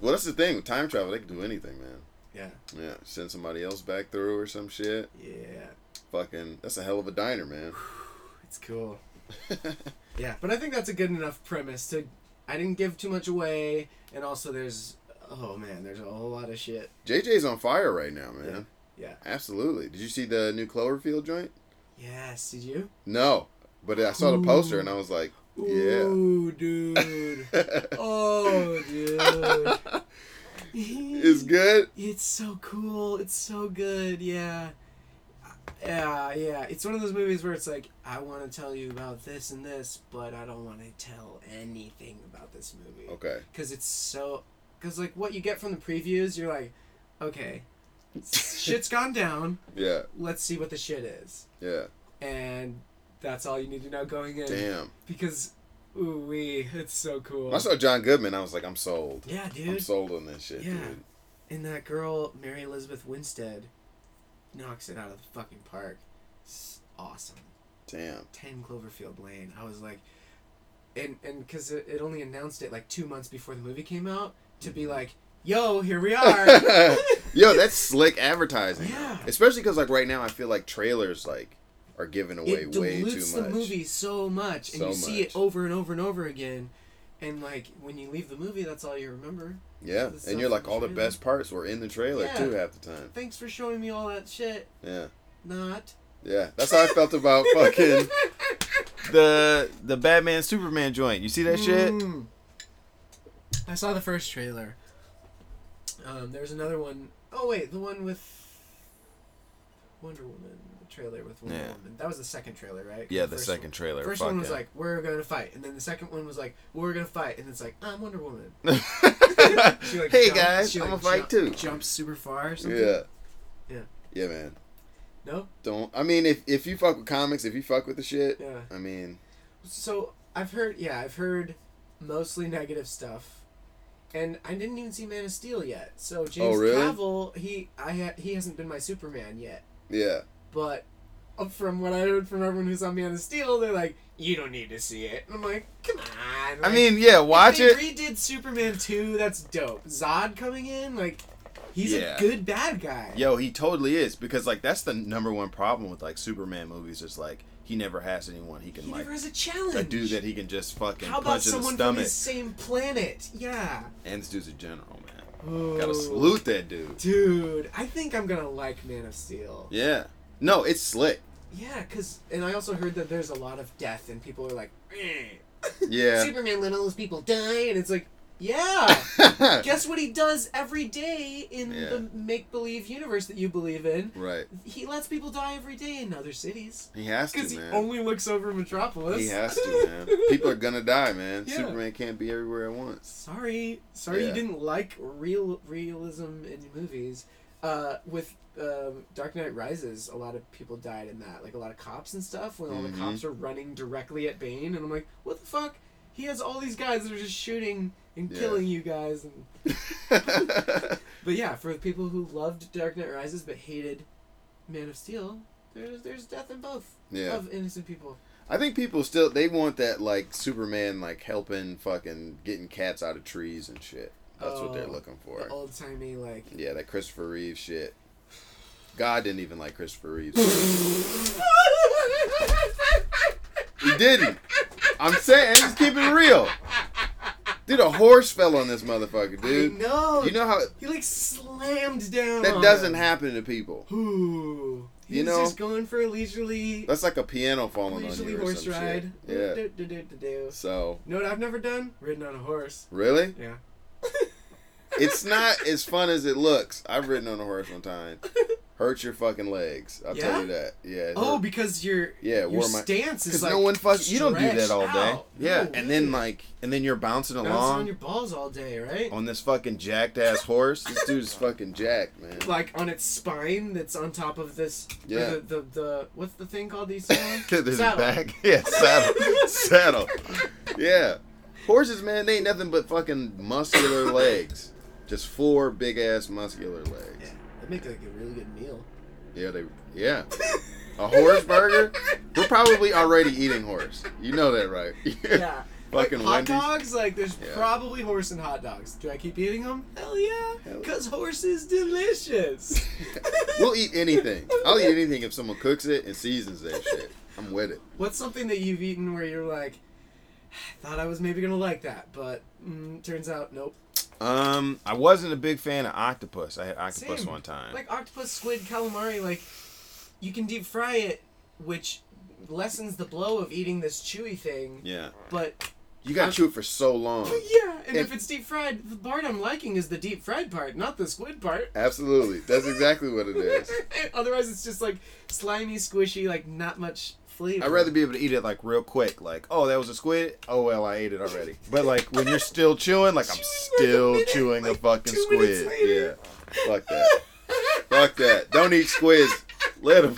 Well, that's the thing. With time travel, they can do anything, man. yeah, Yeah, send somebody else back through or some shit. yeah. Fucking, that's a hell of a diner, man. It's cool. Yeah, but I think that's a good enough premise to. I didn't give too much away, and also there's oh man, there's a whole lot of shit. JJ's on fire right now, man. Yeah. Absolutely. Did you see the new Cloverfield joint? Yes, did you? No, but I saw the poster and I was like, yeah. Ooh, dude. oh, dude. it's good. It's so cool. It's so good. Yeah. Yeah, yeah. It's one of those movies where it's like, I want to tell you about this and this, but I don't want to tell anything about this movie. Okay. Because it's so. Because, like, what you get from the previews, you're like, okay, shit's gone down. Yeah. Let's see what the shit is. Yeah. And that's all you need to know going in. Damn. Because, ooh, wee, it's so cool. When I saw John Goodman. I was like, I'm sold. yeah, I'm dude. sold on this shit, Yeah. dude. And that girl, Mary Elizabeth Winstead, knocks it out of the fucking park. It's awesome. Damn. 10 Cloverfield Lane. I was like, and and because it, it only announced it like two months before the movie came out to Mm-hmm. be like, yo, here we are. Yo, that's slick advertising. Yeah. Especially because like right now, I feel like trailers like are giving away it way too dilutes much. the movie so much, and So you see much. it over and over and over again. And like when you leave the movie, that's all you remember. Yeah, This and you're stuff like in the all the trailer. best parts were in the trailer Yeah. too half the time. Thanks for showing me all that shit. Yeah, Not. yeah. That's how I felt about fucking the the Batman Superman joint. You see that shit? Mm. I saw the first trailer. Um, there's another one oh wait, the one with Wonder Woman. The trailer with Wonder Yeah. Woman. That was the second trailer, right? Yeah, the first second One. trailer. First Fuck one was yeah. like, "We're gonna fight," and then the second one was like, "We're gonna fight," and it's like, "I'm Wonder Woman." She, like, hey jumps- guys, she, I'm like, gonna fight jump- too. Jumps super far. Or something. Yeah. Yeah. Yeah, man. No. Don't. I mean, if if you fuck with comics, if you fuck with the shit, Yeah. I mean, So I've heard, yeah, I've heard mostly negative stuff, and I didn't even see Man of Steel yet. So James Oh, really? Cavill, he I ha- he hasn't been my Superman yet, yeah, but uh, from what I heard from everyone who's on Man of Steel, they're like, you don't need to see it. And I'm like, come on. I like, mean, yeah. if Watch they it. redid Superman two. That's dope. Zod coming in, like, he's Yeah. a good bad guy. Yo, he totally is because like that's the number one problem with like Superman movies. Is like he never has anyone he can He like never has a challenge. a dude that he can just fucking How about punch in the someone from stomach. the same planet? Yeah. And this dude's a general man. Ooh. Gotta salute that dude. Dude, I think I'm gonna like Man of Steel. Yeah. No, it's slick. Yeah, cause and I also heard that there's a lot of death and people are like, eh. Yeah. Superman let all those people die, and it's like, yeah. Guess what he does every day in Yeah. the make believe universe that you believe in? right. He lets people die every day in other cities. He has Cause he to, man. only looks over Metropolis. He has to, man. People are gonna die, man. Yeah. Superman can't be everywhere at once. Sorry, sorry Yeah. you didn't like real realism in movies. Uh, with um, Dark Knight Rises, a lot of people died in that, like a lot of cops and stuff. When all Mhm. the cops are running directly at Bane, and I'm like, what the fuck? He has all these guys that are just shooting and Yeah. killing you guys. And... But yeah, for the people who loved Dark Knight Rises but hated Man of Steel, there's there's death in both yeah. of innocent people. I think people still they want that like Superman like helping fucking getting cats out of trees and shit. That's what they're Oh, looking for. The old timey like. Yeah, that Christopher Reeve shit. God didn't even like Christopher Reeves. he didn't. I'm saying, just keep it real. Dude, a horse fell on this motherfucker, dude. no, You know how He like slammed down. that on doesn't him. happen to people. Ooh. He You was know- just going for a leisurely, That's like a piano falling on leisurely you or horse some ride. shit. Yeah. Do-do-do-do-do. So Know what I've never done? Ridden on a horse. really, Yeah. it's not as fun as it looks. I've ridden on a horse one time. Hurt your fucking legs. I'll tell you that. Yeah. it Oh, hurt. because your yeah. it your wore my stance is Because like no one fuck you don't do that all day. stretched out. Yeah, No and then way. like, and then you're bouncing bouncing along on your balls all day, right? on this fucking jacked ass horse. This dude's fucking jacked, man. Like on its spine that's on top of this. or Yeah. The, the, the what's the thing called these things? His Saddle. back, yeah, saddle, saddle, yeah. Horses, man, they ain't nothing but fucking muscular legs. Just four big ass muscular Yeah, legs. that make like a really good meal. Yeah, they, yeah. A horse burger. We're probably already eating horse. You know that, right? Yeah. Fucking like, hot Wendy's. dogs, like there's Yeah. probably horse and hot dogs. Do I keep eating them? Hell yeah, Hell- because horse is delicious. e- We'll eat anything. I'll eat anything if someone cooks it and seasons that shit. I'm with it. What's something that you've eaten where you're like, I thought I was maybe gonna like that, but mm, turns out nope. Um, I wasn't a big fan of octopus. I had octopus Same. one time. Like octopus, squid, calamari, like you can deep fry it, which lessens the blow of eating this chewy thing. yeah, But you got to chew it for so long. yeah, and If- if it's deep fried, the part I'm liking is the deep fried part, not the squid part. Absolutely, that's exactly what it is. Otherwise, it's just like slimy, squishy, like not much flavor. I'd rather be able to eat it like real quick. Like, oh, that was a squid. Oh well, I ate it already. But like when you're still chewing, like I'm Chewing, like, a still minute, chewing like, a fucking two minutes squid. Yeah, later. fuck that. fuck that. Don't eat squids. Let them.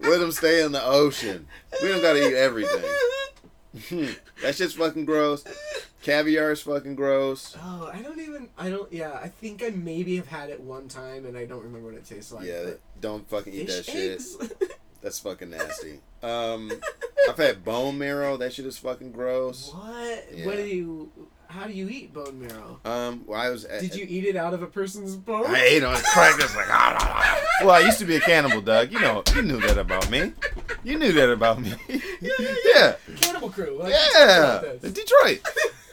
Let them stay in the ocean. We don't gotta eat everything. Hmm. that shit's fucking gross. Caviar is fucking gross. Oh, I don't even. I don't. Yeah, I think I maybe have had it one time, and I don't remember what it tastes like. Yeah, but don't fucking eat that fish shit. eggs. That's fucking nasty. Um, I've had bone marrow. That shit is fucking gross. what? Yeah. What do you? How do you eat bone marrow? Um, well, I was. At, Did you eat it out of a person's bone? I ate on crack. It's like, ah, ah, ah. well, I used to be a cannibal, Doug. You know, you knew that about me. You knew that about me. yeah, Cannibal Crew. Like, yeah. about this. Detroit.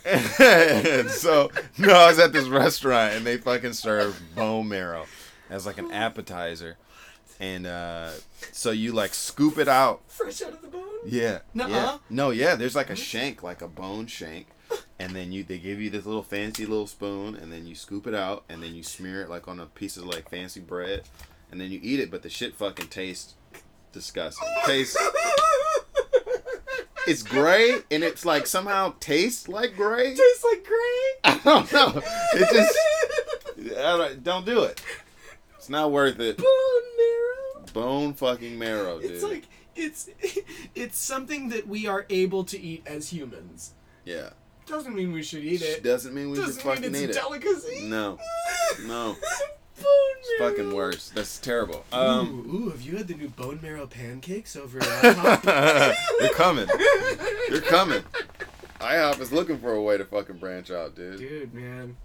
And so no, I was at this restaurant and they fucking served bone marrow as like an appetizer, and uh, so you like scoop it out. Fresh out of the bone. Yeah. Nuh-uh. Yeah. No, yeah. There's like a shank, like a bone shank, and then you they give you this little fancy little spoon, and then you scoop it out, and then you smear it like on a piece of like fancy bread, and then you eat it. But the shit fucking tastes disgusting. Tastes. It's gray, and it's like somehow tastes like gray. Tastes like great. I don't know. It just I don't, don't do it. It's not worth it. bone marrow. Bone fucking marrow, dude. It's like it's it's something that we are able to eat as humans. yeah. Doesn't mean we should eat it. Doesn't mean we should Doesn't mean fucking it's eat a it. delicacy. No. No. Bone marrow. fucking worse. That's terrible. Um, ooh, ooh, have you had the new bone marrow pancakes over at IHOP? they're coming. They're coming. IHOP is looking for a way to fucking branch out, dude. Dude, man.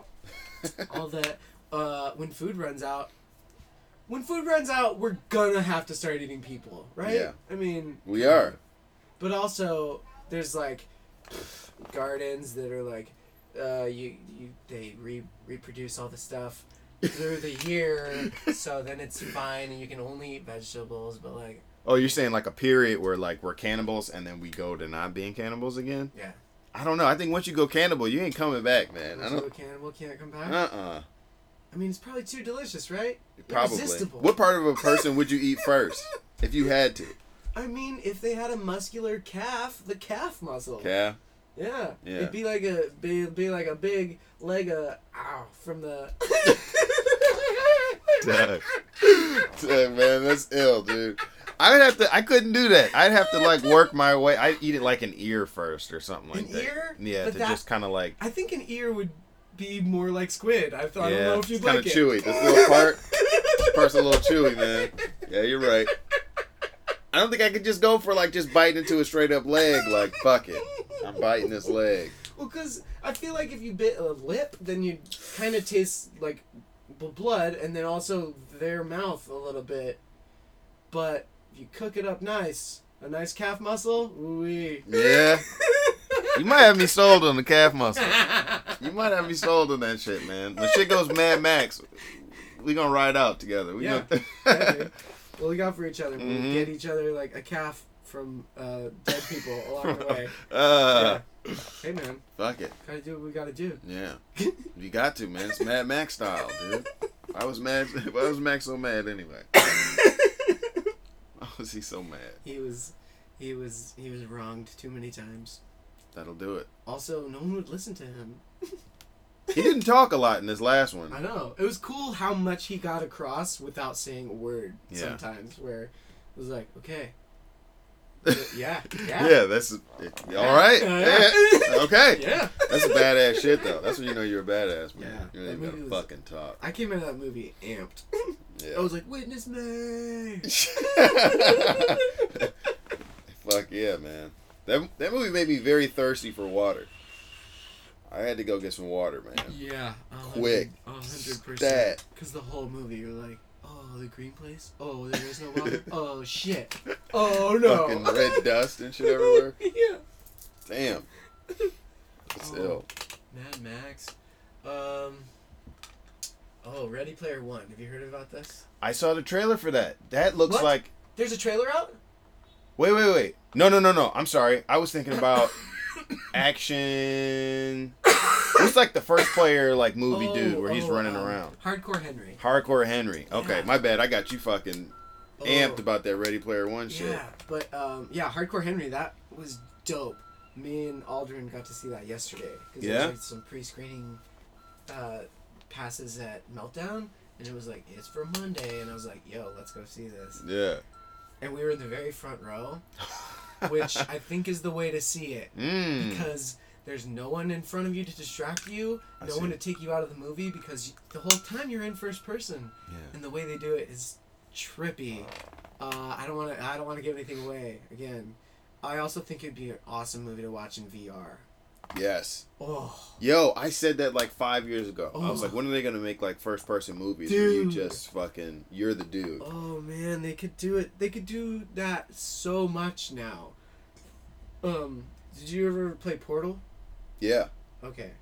All that uh when food runs out when food runs out, we're gonna have to start eating people, right? Yeah. I mean We are. but also there's like gardens that are like uh, you you they re- reproduce all the stuff through the year, so then it's fine and you can only eat vegetables. But like, Oh, you're saying like a period where like we're cannibals and then we go to not being cannibals again? yeah, I don't know. I think once you go cannibal, you ain't coming back, man. I so a don't. cannibal can't come back. Uh uh I mean, it's probably too delicious, right? Probably. Irresistible. What part of a person would you eat first if you had to? I mean, if they had a muscular calf, the calf muscle. Yeah. Yeah. Yeah. It'd be like a be, be like a big leg of ow from the. Doug. Doug, man, that's ill, dude. I would have to. I couldn't do that. I'd have to like work my way. I'd eat it like an ear first or something like An that. ear? Yeah, But to that- just kind of like. I think an ear would be more like squid. I, thought, I don't yeah, know if it's you'd kind like of it. chewy. This little part, part's a little chewy, man. Yeah, you're right. I don't think I could just go for like just biting into a straight up leg. Like fuck it, I'm biting this leg. Well, because I feel like if you bit a lip, then you kind of taste like b- blood, and then also their mouth a little bit. But if you cook it up nice, a nice calf muscle, ooh Yeah, you might have me sold on the calf muscle. You might have me sold on that shit, man. When shit goes Mad Max, we gonna ride out together. We Yeah. gonna... We'll look out for each other. Mhm. We'll get each other like a calf from uh, dead people along the way. Uh, Hey man, fuck it. gotta do what we gotta do. Yeah, you got to, man. It's Mad Max style, dude. I was mad. Why was Max so mad anyway? Why was he so mad? He was, he was, he was wronged too many times. That'll do it. Also, no one would listen to him. He didn't talk a lot in this last I one. know. It was cool how much he got across without saying a word Yeah. sometimes, where it was like, okay, yeah, yeah, yeah. that's all right. Yeah. Okay, Yeah. that's badass shit though. That's when you know you're a badass, man. Yeah. You ain't That gotta movie was- fucking talk. I came out of that movie amped. Yeah. I was like, witness me. Oh. Fuck yeah, man. That that movie made me very thirsty for water. I had to go get some water, man. Yeah. a hundred- Quick. a hundred percent. Stat. Because the whole movie, you're like, oh, the green place. Oh, there is no water. oh shit. Oh no. Fucking red dust and shit everywhere. yeah. Damn. It's Oh. ill. Mad Max. Um. Oh, Ready Player One. Have you heard about this? I saw the trailer for that. That looks What? like. There's a trailer out. Wait, wait, wait. No, no, no, no. I'm sorry. I was thinking about action. It's like the first player like movie Oh, dude where he's oh, running um, around. Hardcore Henry. Hardcore Henry. Okay, Yeah. my bad. I got you fucking Oh, amped about that Ready Player One Yeah, shit. but um, yeah, Hardcore Henry. That was dope. Me and Aldrin got to see that yesterday because Yeah? there was like, some pre-screening uh, passes at Meltdown, and it was like it's for Monday, and I was like, yo, let's go see this. Yeah. And we were in the very front row, which I think is the way to see it Mm. because. There's no one in front of you to distract you, I no see. one to take you out of the movie because the whole time you're in first person. Yeah. and the way they do it is trippy. Uh, I don't want to. I don't want to give anything away again. I also think it'd be an awesome movie to watch in VR. Yes. Oh, Yo, I said that like five years ago. I was Oh. like, when are they gonna make like first person movies where you Dude. just fucking you're the dude? oh man, they could do it. They could do that so much now. Um, did you ever play Portal? Yeah. okay,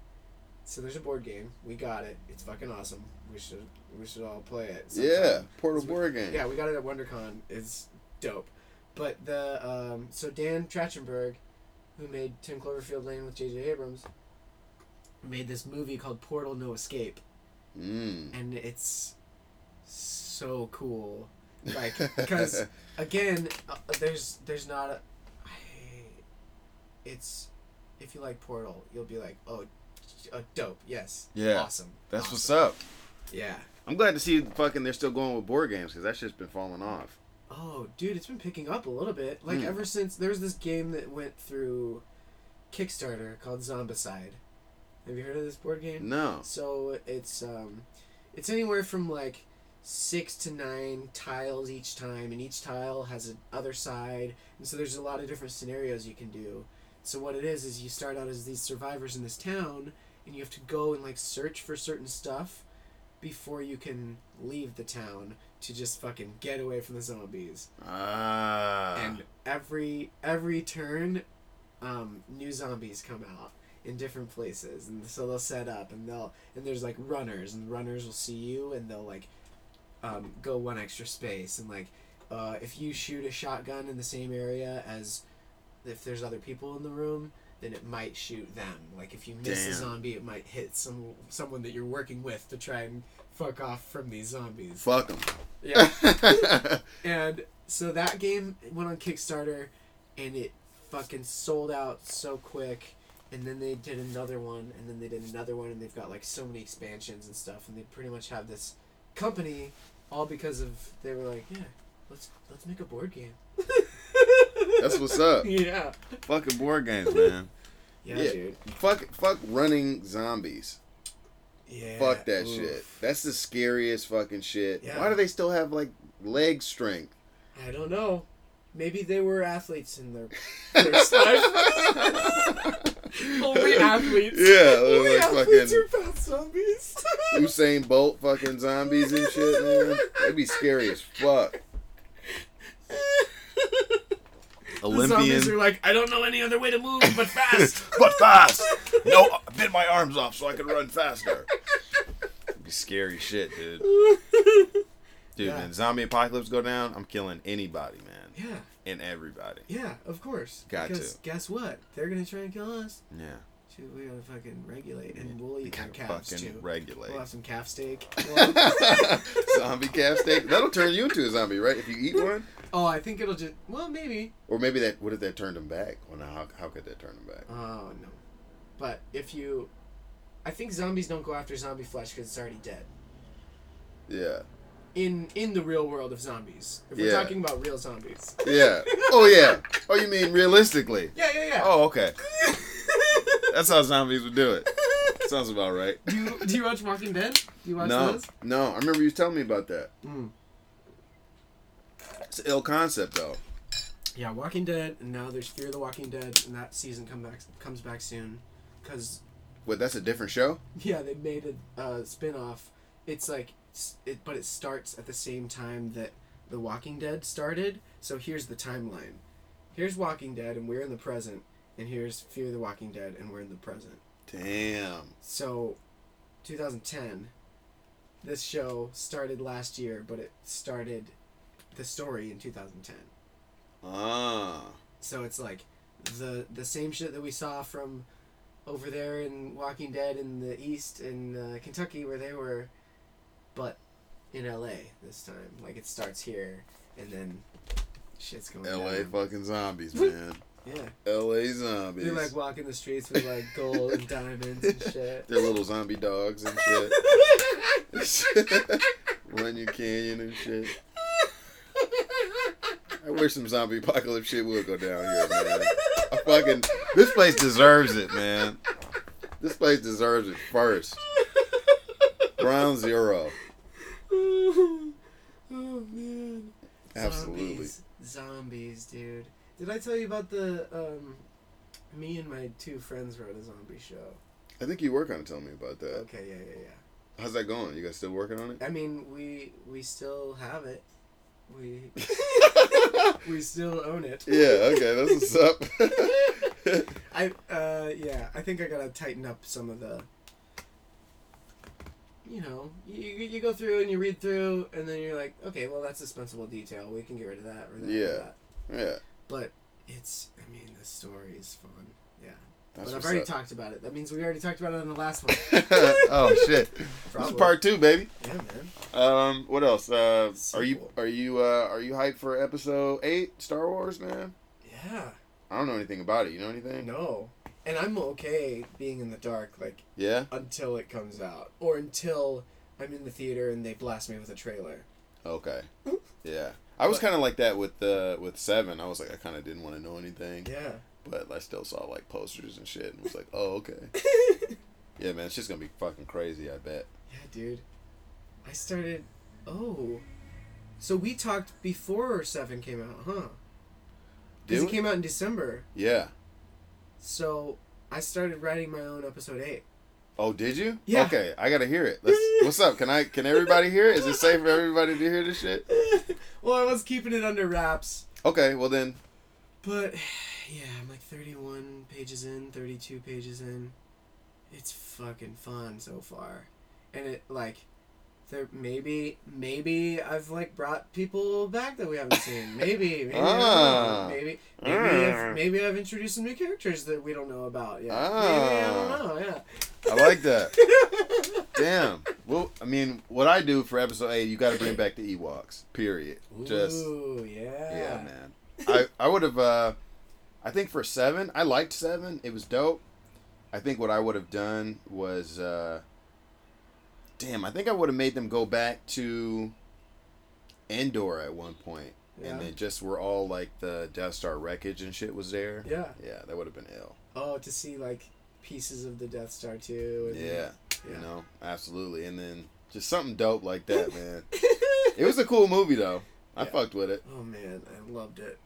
so there's a board game. We got it. It's fucking awesome. We should we should all play it. sometime. Yeah, Portal So we- board game. Yeah, we got it at WonderCon. It's dope. But the um, so Dan Trachtenberg, who made Ten Cloverfield Lane with J.J. Abrams, made this movie called Portal No Escape, Mm. and it's so cool. Like, because again, uh, there's there's not a. I- It's if you like Portal, you'll be like, oh, uh, dope. Yes. Yeah. Awesome. That's what's up. Yeah. I'm glad to see fucking they're still going with board games because that shit's been falling off. Oh, dude, it's been picking up a little bit. Like Hmm. ever since there was this game that went through Kickstarter called Zombicide. Have you heard of this board game? No. So it's um, it's anywhere from like six to nine tiles each time, and each tile has an other side, and so there's a lot of different scenarios you can do. So what it is is you start out as these survivors in this town, and you have to go and like search for certain stuff before you can leave the town to just fucking get away from the zombies Ah. and every every turn um, new zombies come out in different places and so they'll set up and they'll and there's like runners and the runners will see you and they'll like um, go one extra space and like uh, if you shoot a shotgun in the same area as if there's other people in the room then it might shoot them like if you miss a Damn. zombie it might hit some someone that you're working with to try and fuck off from these zombies Fuck them. yeah and so that game went on Kickstarter and it fucking sold out so quick. And then they did another one, and then they did another one, and they've got like so many expansions and stuff. And they pretty much have this company all because of they were like, yeah, let's let's make a board game. That's what's up. yeah. Fucking board games, man. yeah, Yeah. dude. Fuck, fuck running zombies. Yeah. Fuck that Oof. shit. That's the scariest fucking shit. Yeah. Why do they still have like leg strength? I don't know. Maybe they were athletes in their first life. Only athletes. Yeah, Only like athletes fucking- are fat zombies. Usain Bolt, fucking zombies and shit, man. That'd be scary as fuck. The zombies are like, I don't know any other way to move but fast. but fast. No, I bit my arms off so I could run faster. It'd be scary shit, dude. Dude, Yeah. man, zombie apocalypse go down. I'm killing anybody, man, yeah, and everybody. yeah, of course. Got because to. guess what? They're gonna try and kill us. Yeah, Dude, we gotta fucking regulate, and we'll you eat gotta their calves fucking too. regulate. We'll have some calf steak. We'll- zombie calf steak. That'll turn you into a zombie, right? If you eat one, oh, I think it'll just. Well, maybe. or maybe that. What if that turned him back? Well, now how, how could that turn him back? Oh no. But if you, I think zombies don't go after zombie flesh because it's already dead. Yeah, In in the real world of zombies, if we're Yeah. talking about real zombies. yeah. Oh yeah. Oh, you mean realistically? Yeah, yeah, yeah. Oh, okay. That's how zombies would do it. Sounds about right. do you do you watch Walking Dead? Do you watch No, those? no. I remember you telling me about that. Mm. It's an ill concept, though. Yeah, Walking Dead, and now there's Fear the Walking Dead, and that season come back comes back soon, because Wait, that's a different show? yeah, they made a uh, spin off. It's like s- it, but it starts at the same time that the Walking Dead started. So here's the timeline. Here's Walking Dead, and we're in the present, and here's Fear the Walking Dead, and we're in the present. Damn. So, 2010, this show started last year, but it started the story in 2010. Ah. So it's like the the same shit that we saw from over there in Walking Dead in the East in uh, Kentucky where they were, but in L.A. this time. Like it starts here and then shit's going. L.A. down. fucking zombies, man. Yeah, L.A. zombies. they like walking the streets with like gold and diamonds and shit. They're little zombie dogs and shit. Run your canyon and shit. I wish some zombie apocalypse shit would go down here, man. I fucking this place deserves it, man. This place deserves it first. Ground zero. oh man. Absolutely. Zombies, zombies, dude. Did I tell you about the um me and my two friends wrote a zombie show? I think you were kind of telling me about that. Okay, yeah, yeah, yeah. How's that going? You guys still working on it? I mean, we we still have it. We we still own it. yeah, okay, that's what's up. I uh yeah, I think I gotta tighten up some of the. You know, you, you you go through and you read through, and then you're like, okay, well that's dispensable detail. We can get rid of that or that. or Yeah. that. yeah. But it's, I mean, the story is fun. Yeah. That's but I've what's already up. talked about it. That means we already talked about it on the last one. oh shit. This Probably. is part two, baby. yeah, man. Um, what else? Uh, are you Sequel. are you uh, are you hyped for episode eight, Star Wars, man? Yeah. I don't know anything about it. You know anything? No. And I'm okay being in the dark, like, Yeah. until it comes out. Or until I'm in the theater and they blast me with a trailer. Okay. Yeah. I Mm-hmm. was But- kind of like that with uh, with seven. I was like, I kind of didn't want to know anything, Yeah. but I still saw like posters and shit, and was like, oh okay. yeah, man, it's just gonna be fucking crazy. I bet. Yeah, dude. I started. Oh. So we talked before 7 came out, huh? Because Did it we? came out in December. Yeah. So I started writing my own episode 8. Oh, did you? Yeah. Okay, I gotta hear it. Let's, what's up? Can I? Can everybody hear? it? Is it safe for everybody to hear this shit? well, I was keeping it under wraps, Okay. Well then. but yeah, I'm like 31 pages in, 32 pages in. It's fucking fun so far, and it like there maybe maybe I've like brought people back that we haven't seen. Maybe maybe I don't know. Ah. maybe maybe Ah. I've, maybe I've introduced some new characters that we don't know about yet. Maybe I Ah. don't know. Yeah. I like that. Damn. Well, I mean, what I do for episode eight, you got to bring back the Ewoks. Period. Just Ooh, yeah. yeah, man. I I would have. Uh, I think for seven, I liked seven. It was dope. I think what I would have done was, uh, damn, I think I would have made them go back to Endor at one point, Yeah. and then just were all like the Death Star wreckage and shit was there. Yeah. Yeah, that would have been ill. Oh, to see like pieces of the Death Star too. And Yeah, Yeah. you know, absolutely. And then just something dope like that, man. it was a cool movie though. I Yeah. fucked with it. Oh man, I loved it.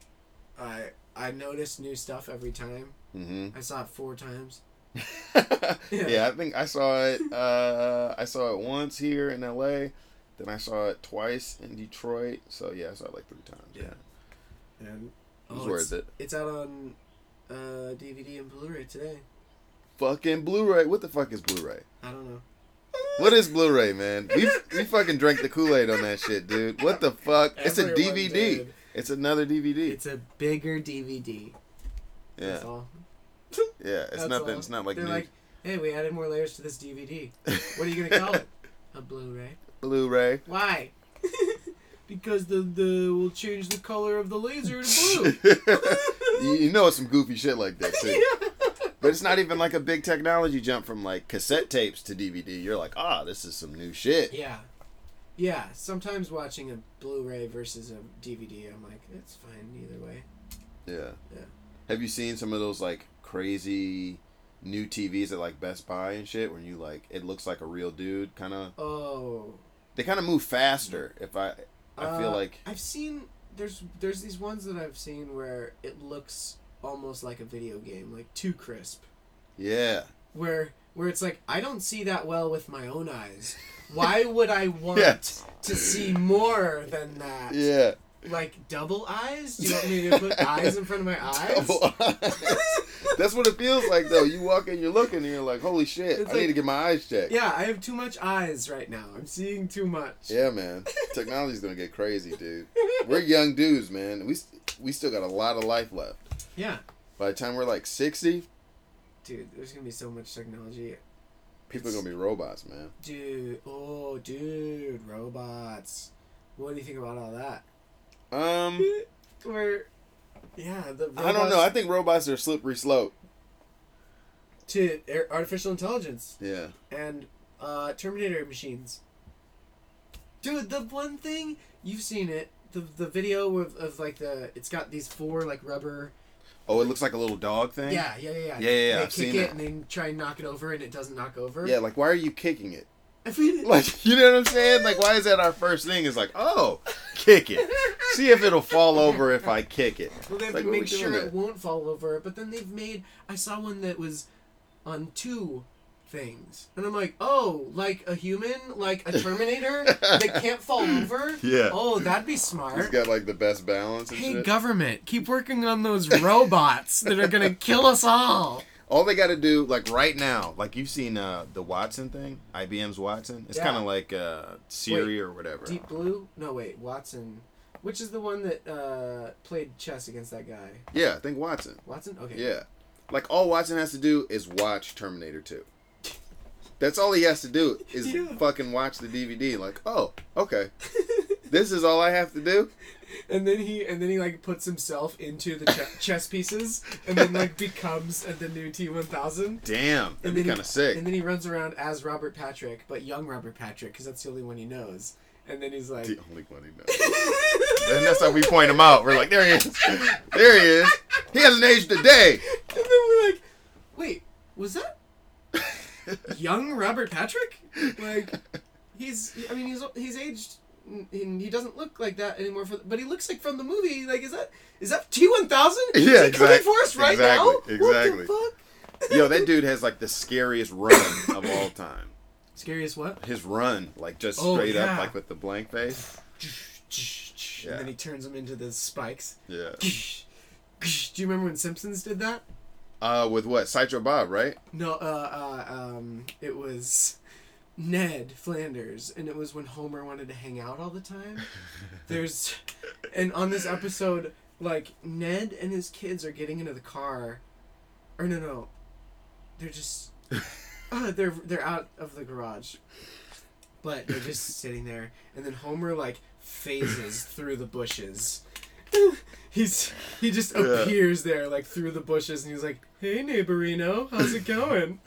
I I noticed new stuff every time. hmm I saw it four times. yeah. I think I saw it. Uh, I saw it once here in L.A. Then I saw it twice in Detroit. So yeah, I saw it like three times. Yeah. And it was oh, worth it's, it. it's out on uh, DVD and Blu-ray today. Fucking Blu-ray. What the fuck is Blu-ray? I don't know. What is Blu-ray, man? We we fucking drank the Kool-Aid on that shit, dude. What the fuck? it's a Everyone DVD. did. It's another DVD. It's a bigger DVD. yeah, That's all. yeah. It's That's nothing. all. It's not like They're new. like, hey, we added more layers to this DVD. What are you gonna call it? A Blu-ray. Blu-ray. Why? because the the will change the color of the laser to blue. you you know it's some goofy shit like that too. But it's not even like a big technology jump from like cassette tapes to DVD. You're like, ah, this is some new shit. Yeah. Yeah, sometimes watching a Blu-ray versus a DVD, I'm like, it's fine either way. Yeah. Yeah. Have you seen some of those like crazy new TVs at like Best Buy and shit when you like it looks like a real dude kind of Oh, they kind of move faster if I I feel Uh, like I've seen there's there's these ones that I've seen where it looks almost like a video game, like too crisp, yeah. where where it's like I don't see that well with my own eyes. Why would I want Yeah. to see more than that? Yeah. Like double eyes? Do you want me to put eyes in front of my eyes? Double eyes. That's what it feels like though. You walk in, you're looking, and you're like, holy shit, It's I need like- to get my eyes checked. Yeah, I have too much eyes right now. I'm seeing too much. Yeah, man. Technology's gonna get crazy, dude. We're young dudes, man. We st- we still got a lot of life left. Yeah. By the time we're like sixty, Dude, there's gonna be so much technology. people are gonna be robots, man. Dude, oh, dude, robots. What do you think about all that? Um, We're, yeah, the robots I don't know. I think robots are a slippery slope. to ar- artificial intelligence Yeah. and uh, Terminator machines. Dude, the one thing you've seen it the the video of, of like the it's got these four like rubber. Oh, it looks like a little dog thing. Yeah, yeah, yeah, yeah. Yeah, yeah, yeah, They I've kick seen it that. and then try and knock it over and it doesn't knock over. Yeah. Like, why are you kicking it? I mean, Like, you know what I'm saying? Like, why is that our first thing? Is like, oh, kick it. See if it'll fall over if I kick it. Well, they have Like, to what make we doing sure there? it won't fall over. But then they've made. I saw one that was on two things. And I'm like, oh, like a human, like a Terminator that can't fall over? Yeah. Oh, that'd be He's smart. got like the best balance and Hey, shit. government, keep working on those robots that are going to kill us all. All they got to do, like right now, like you've seen uh, the Watson thing, IBM's Watson. It's Yeah. kind of like uh, Siri or whatever. Deep Blue? No, wait, Watson. Which is the one that uh, played chess against that guy? Yeah, I think Watson. Watson? Okay. Yeah. Like all Watson has to do is watch Terminator 2. That's all he has to do is Yeah. fucking watch the DVD. Like, oh, okay. this is all I have to do? And then he and then he like puts himself into the ch- chess pieces and then like becomes the new T1000. Damn. That'd be then kind he- of sick. And then he runs around as Robert Patrick, but young Robert Patrick, because that's the only one he knows. And then he's like, the only one he knows. and that's how we point him out. We're like, there he is. There he is. He hasn't aged a day. and then we're like, wait, was that young Robert Patrick? Like, he's, I mean, he's he's aged, and he doesn't look like that anymore. For but he looks like from the movie. Like, is that is that T one thousand? Yeah, is he coming exact- for us right exactly, now? exactly. What the fuck? Yo, that dude has like the scariest run of all time. Scariest what? His run, like just Oh, straight up, yeah. like with the blank face. And then Yeah. he turns them into the spikes. Yeah. Do you remember when Simpsons did that? Uh, with what? Citro Bob, right? No, uh, uh, um, it was Ned Flanders, and it was when Homer wanted to hang out all the time. There's, and on this episode, like Ned and his kids are getting into the car, or no, no, they're just, uh, they're they're out of the garage, but they're just sitting there, and then Homer like phases through the bushes. He's he just appears there like through the bushes, and he's like, "Hey, neighborino, how's it going?"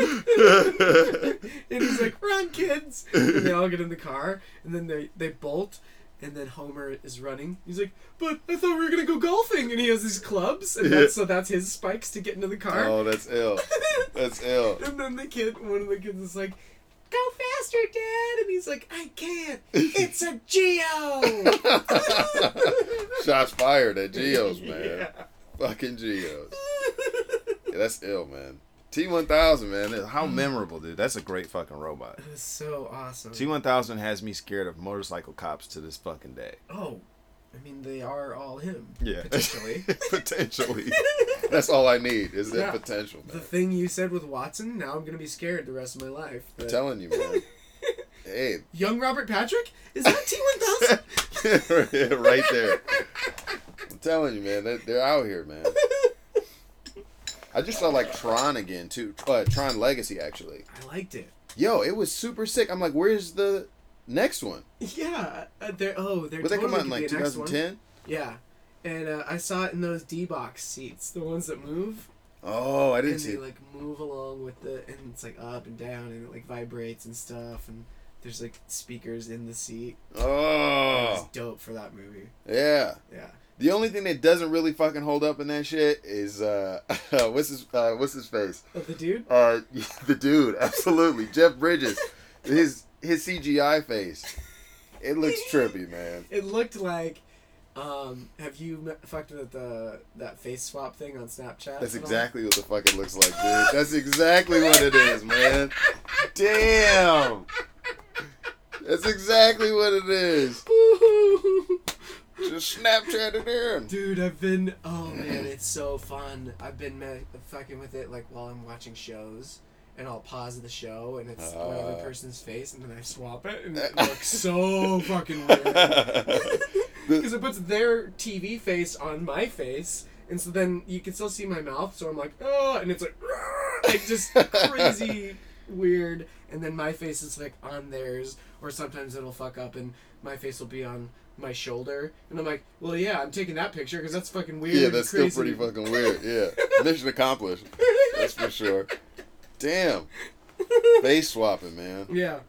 Oh, and he's like, "Run, kids!" And they all get in the car, and then they they bolt, and then Homer is running. He's like, "But I thought we were gonna go golfing," and he has these clubs, and that's, so that's his spikes to get into the car. Oh, that's ill. That's ill. And then the kid, one of the kids is like, "Go faster, Dad!" And he's like, "I can't. It's a Geo." Shots fired at Geo's, man. Yeah. Fucking Geo's. Yeah, that's ill, man. T1000, man. How memorable, dude. That's a great fucking robot. It was so awesome. T1000 has me scared of motorcycle cops to this fucking day. Oh, I mean, they are all him. Yeah. Potentially. potentially. That's all I need is Yeah. that potential, the man. thing you said with Watson, now I'm going to be scared the rest of my life. I'm that- telling you, man. hey, Young Robert Patrick? Is that T1000? right there. I'm telling you, man. They're, they're out here, man. I just saw like Tron again too. Uh, Tron Legacy actually. I liked it. Yo, it was super sick. I'm like, where's the next one? Yeah. Uh, they're, oh, they're Would they totally come out in gonna like be a next one. 2010? Yeah. And uh, I saw it in those D box seats, the ones that move, Oh, I didn't and see. they It. like move along with the, and it's like up and down, and it like vibrates and stuff, and there's like speakers in the seat. It was oh, dope for that movie. yeah. Yeah. The only thing that doesn't really fucking hold up in that shit is uh, what's his uh, what's his face? Of the dude? Uh, the dude, absolutely, Jeff Bridges, his his CGI face. It looks trippy, man. It looked like. Um, have you m- fucked with the that face swap thing on Snapchat? That's at all? exactly what the fuck it looks like, dude. That's exactly what it is, man. Damn. That's exactly what it is. Just Snapchat it in. Dude, I've been. Oh man, it's so fun. I've been me- fucking with it like while I'm watching shows, and I'll pause the show, and it's another Uh. person's face, and then I swap it, and it looks so fucking weird. Because it puts their TV face on my face, and so then you can still see my mouth. So I'm like, oh, and it's like, "Rah!" like just crazy weird. And then my face is like on theirs, or sometimes it'll fuck up, and my face will be on my shoulder, and I'm like, well, yeah, I'm taking that picture because that's fucking weird. Yeah, and that's crazy. still pretty fucking weird. Yeah. Mission accomplished. That's for sure. Damn. Face swapping, man. Yeah,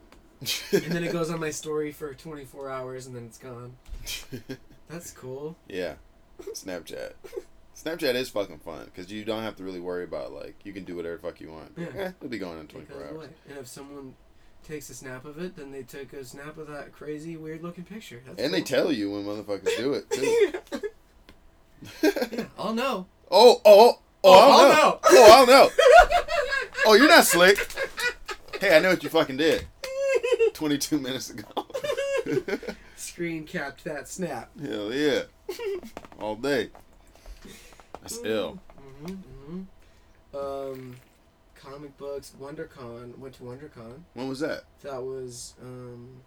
and then it goes on my story for 24 hours, and then it's gone. That's cool. yeah. Snapchat. Snapchat is fucking fun because you don't have to really worry about like you can do whatever the fuck you want. Yeah. Eh, it'll be going in It 24 goes hours. away. And if someone takes a snap of it, then they took a snap of that crazy, weird looking picture. That's And they cool. tell you when motherfuckers do it too. yeah, I'll know. Oh, oh, oh, Oh, I'll I don't know. know. Oh, I don't know. Oh, you're not slick. Hey, I know what you fucking did 22 minutes ago. Screen capped that snap. Hell yeah. All day. That's ill. hmm hmm Um, comic books. WonderCon. Went to WonderCon. When was that? That was um,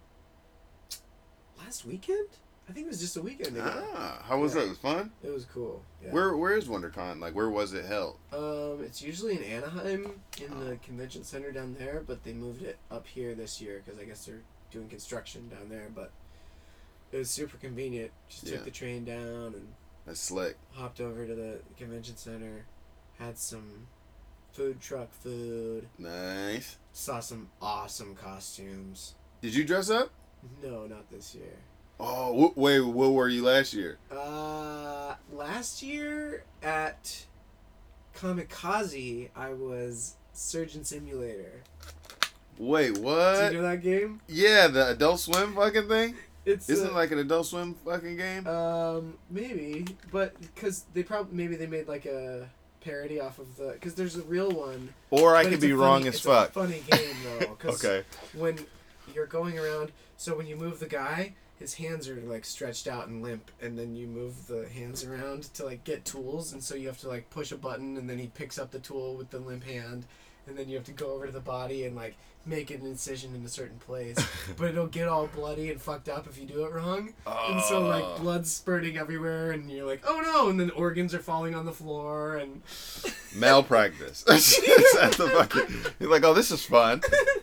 last weekend. I think it was just a weekend ago. Ah, how was Yeah. that? It was fun? It was cool. Yeah. Where Where is WonderCon? Like, where was it held? Um, it's usually in Anaheim in the convention center down there, but they moved it up here this year because I guess they're doing construction down there. But it was super convenient. Just Yeah. took the train down and That's slick. hopped over to the convention center, had some food truck food, Nice. saw some awesome costumes. Did you dress up? Mm-hmm. No, not this year. Oh, wh- wait, what were you last year? Uh, last year at Kamikaze, I was Surgeon Simulator. Wait, Do you what? know that game? Yeah, the Adult Swim fucking thing? It's Isn't uh, it like an Adult Swim fucking game? um maybe, but because they probably maybe they made like a parody off of the because there's a real one. Or I but could it's a be funny- wrong as it's fuck. A funny game though. 'cause Okay. when you're going around so when you move the guy his hands are like stretched out and limp and then you move the hands around to like get tools and so you have to like push a button and then he picks up the tool with the limp hand and then you have to go over to the body and like make an incision in a certain place but it'll get all bloody and fucked up if you do it wrong and so like Oh. blood's spurting everywhere and you're like oh no and then organs are falling on the floor and malpractice. It's at the fucking- You're like, oh, this is fun.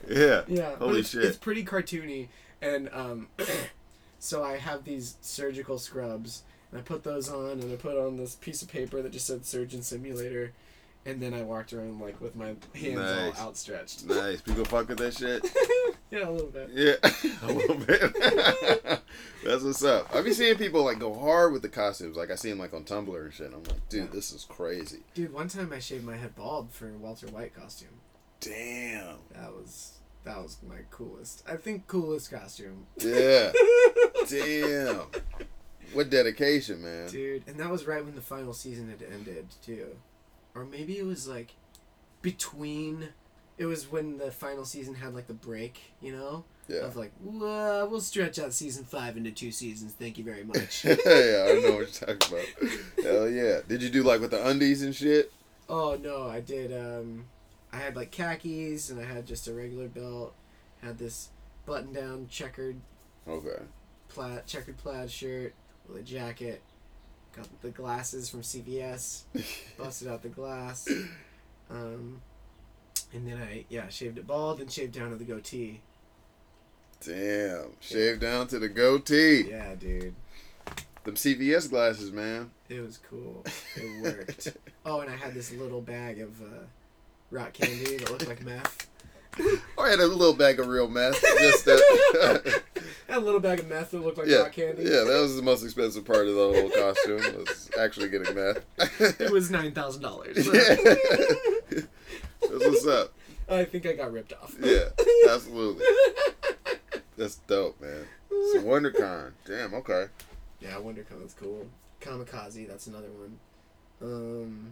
Yeah. Yeah. but Holy it's, shit. It's pretty cartoony, and um, so I have these surgical scrubs, and I put those on, and I put on this piece of paper that just said "Surgeon Simulator," and then I walked around like with my hands Nice. all outstretched. Nice. People fuck with that shit. yeah, a little bit. Yeah, a little bit. That's what's up. I've been seeing people like go hard with the costumes. Like I see them like on Tumblr and shit. and I'm like, dude, this is crazy. Dude, one time I shaved my head bald for a Walter White costume. Damn. That was that was my coolest. I think coolest costume, Yeah. Damn. What dedication, man. dude. And that was right when the final season had ended too, or maybe it was like between. It was when the final season had like the break, you know. Yeah. of like, well, we'll stretch out season five into two seasons. Thank you very much. yeah, I know what you're talking about. Hell yeah. Did you do like with the undies and shit? oh no, I did. Um, I had like khakis and I had just a regular belt. Had this button-down checkered Okay. plaid checkered plaid shirt with a jacket. Got the glasses from CVS. Busted out the glass. Um, and then I yeah shaved it bald and shaved down to the goatee. Damn. Shave down to the goatee. Yeah, dude, Them CVS glasses, man. it was cool. It worked. Oh, and I had this little bag of uh, rock candy that looked like meth. I had a little bag of real meth. Just that. I had a little bag of meth that looked like yeah, rock candy. yeah, that was the most expensive part of the whole costume was actually getting meth. It was nine thousand dollars. yeah. That's what's up. I think I got ripped off. Yeah, absolutely. That's dope, man. It's a WonderCon. Damn. Okay. Yeah, WonderCon's cool. Kamikaze, that's another one. Um,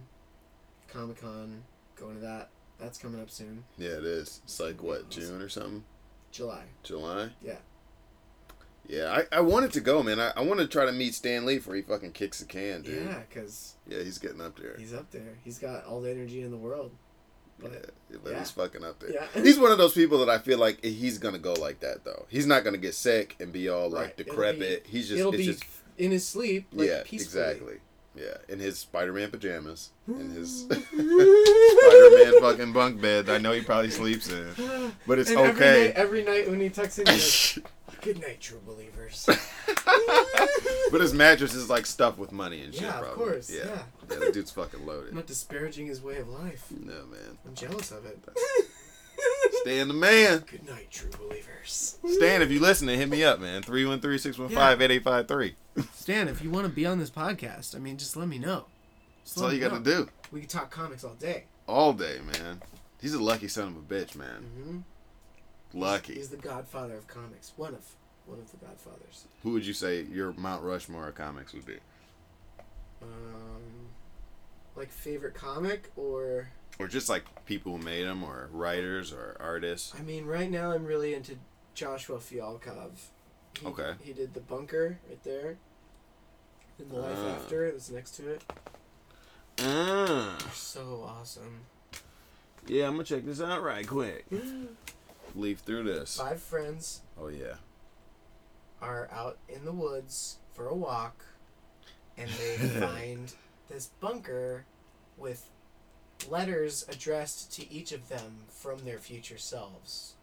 Comic Con, going to that. That's coming up soon, Yeah, it is. It's like what June or something. July. July. Yeah. Yeah, I, I wanted to go, man. I, I want to try to meet Stan Lee before he fucking kicks the can, dude. Yeah, because Yeah, he's getting up there. he's up there. He's got all the energy in the world. Yeah, But but he's fucking up there. Yeah. He's one of those people that I feel like he's gonna go like that though. He's not gonna get sick and be all like Right. It'll decrepit. he's just it'll it's be just in his sleep, like yeah, peacefully. exactly. Yeah, in his Spider-Man pajamas, in his Spider-Man Spider-Man fucking bunk bed. that I know he probably sleeps in, but it's And okay. Every night, every night when he tucks in, he's like, "Good night, true believers." but his mattress is like stuffed with money and shit. Yeah, of probably. course, Yeah, yeah. the dude's fucking loaded. I'm not disparaging his way of life. No man, I'm jealous of it. Stan the man. Good night, true believers. Stan, if you listening, hit me up, man. 313-615-8853. Stan, if you want to be on this podcast, I mean, just let me know. Just That's all you got to do. We can talk comics all day. all day, man. He's a lucky son of a bitch, man. Mm-hmm. Lucky. He's the godfather of comics. One of one of the godfathers. Who would you say your Mount Rushmore of comics would be? Um, like favorite comic or or just like people who made them, or writers, or artists. I mean, right now I'm really into Joshua Fialkov. He, Okay. He did the bunker right there. And the life Ah. after it was next to it. Ah, So awesome. yeah, I'm gonna check this out right quick. Leaf through this. Five friends Oh yeah. are out in the woods for a walk, and they find this bunker with letters addressed to each of them from their future selves.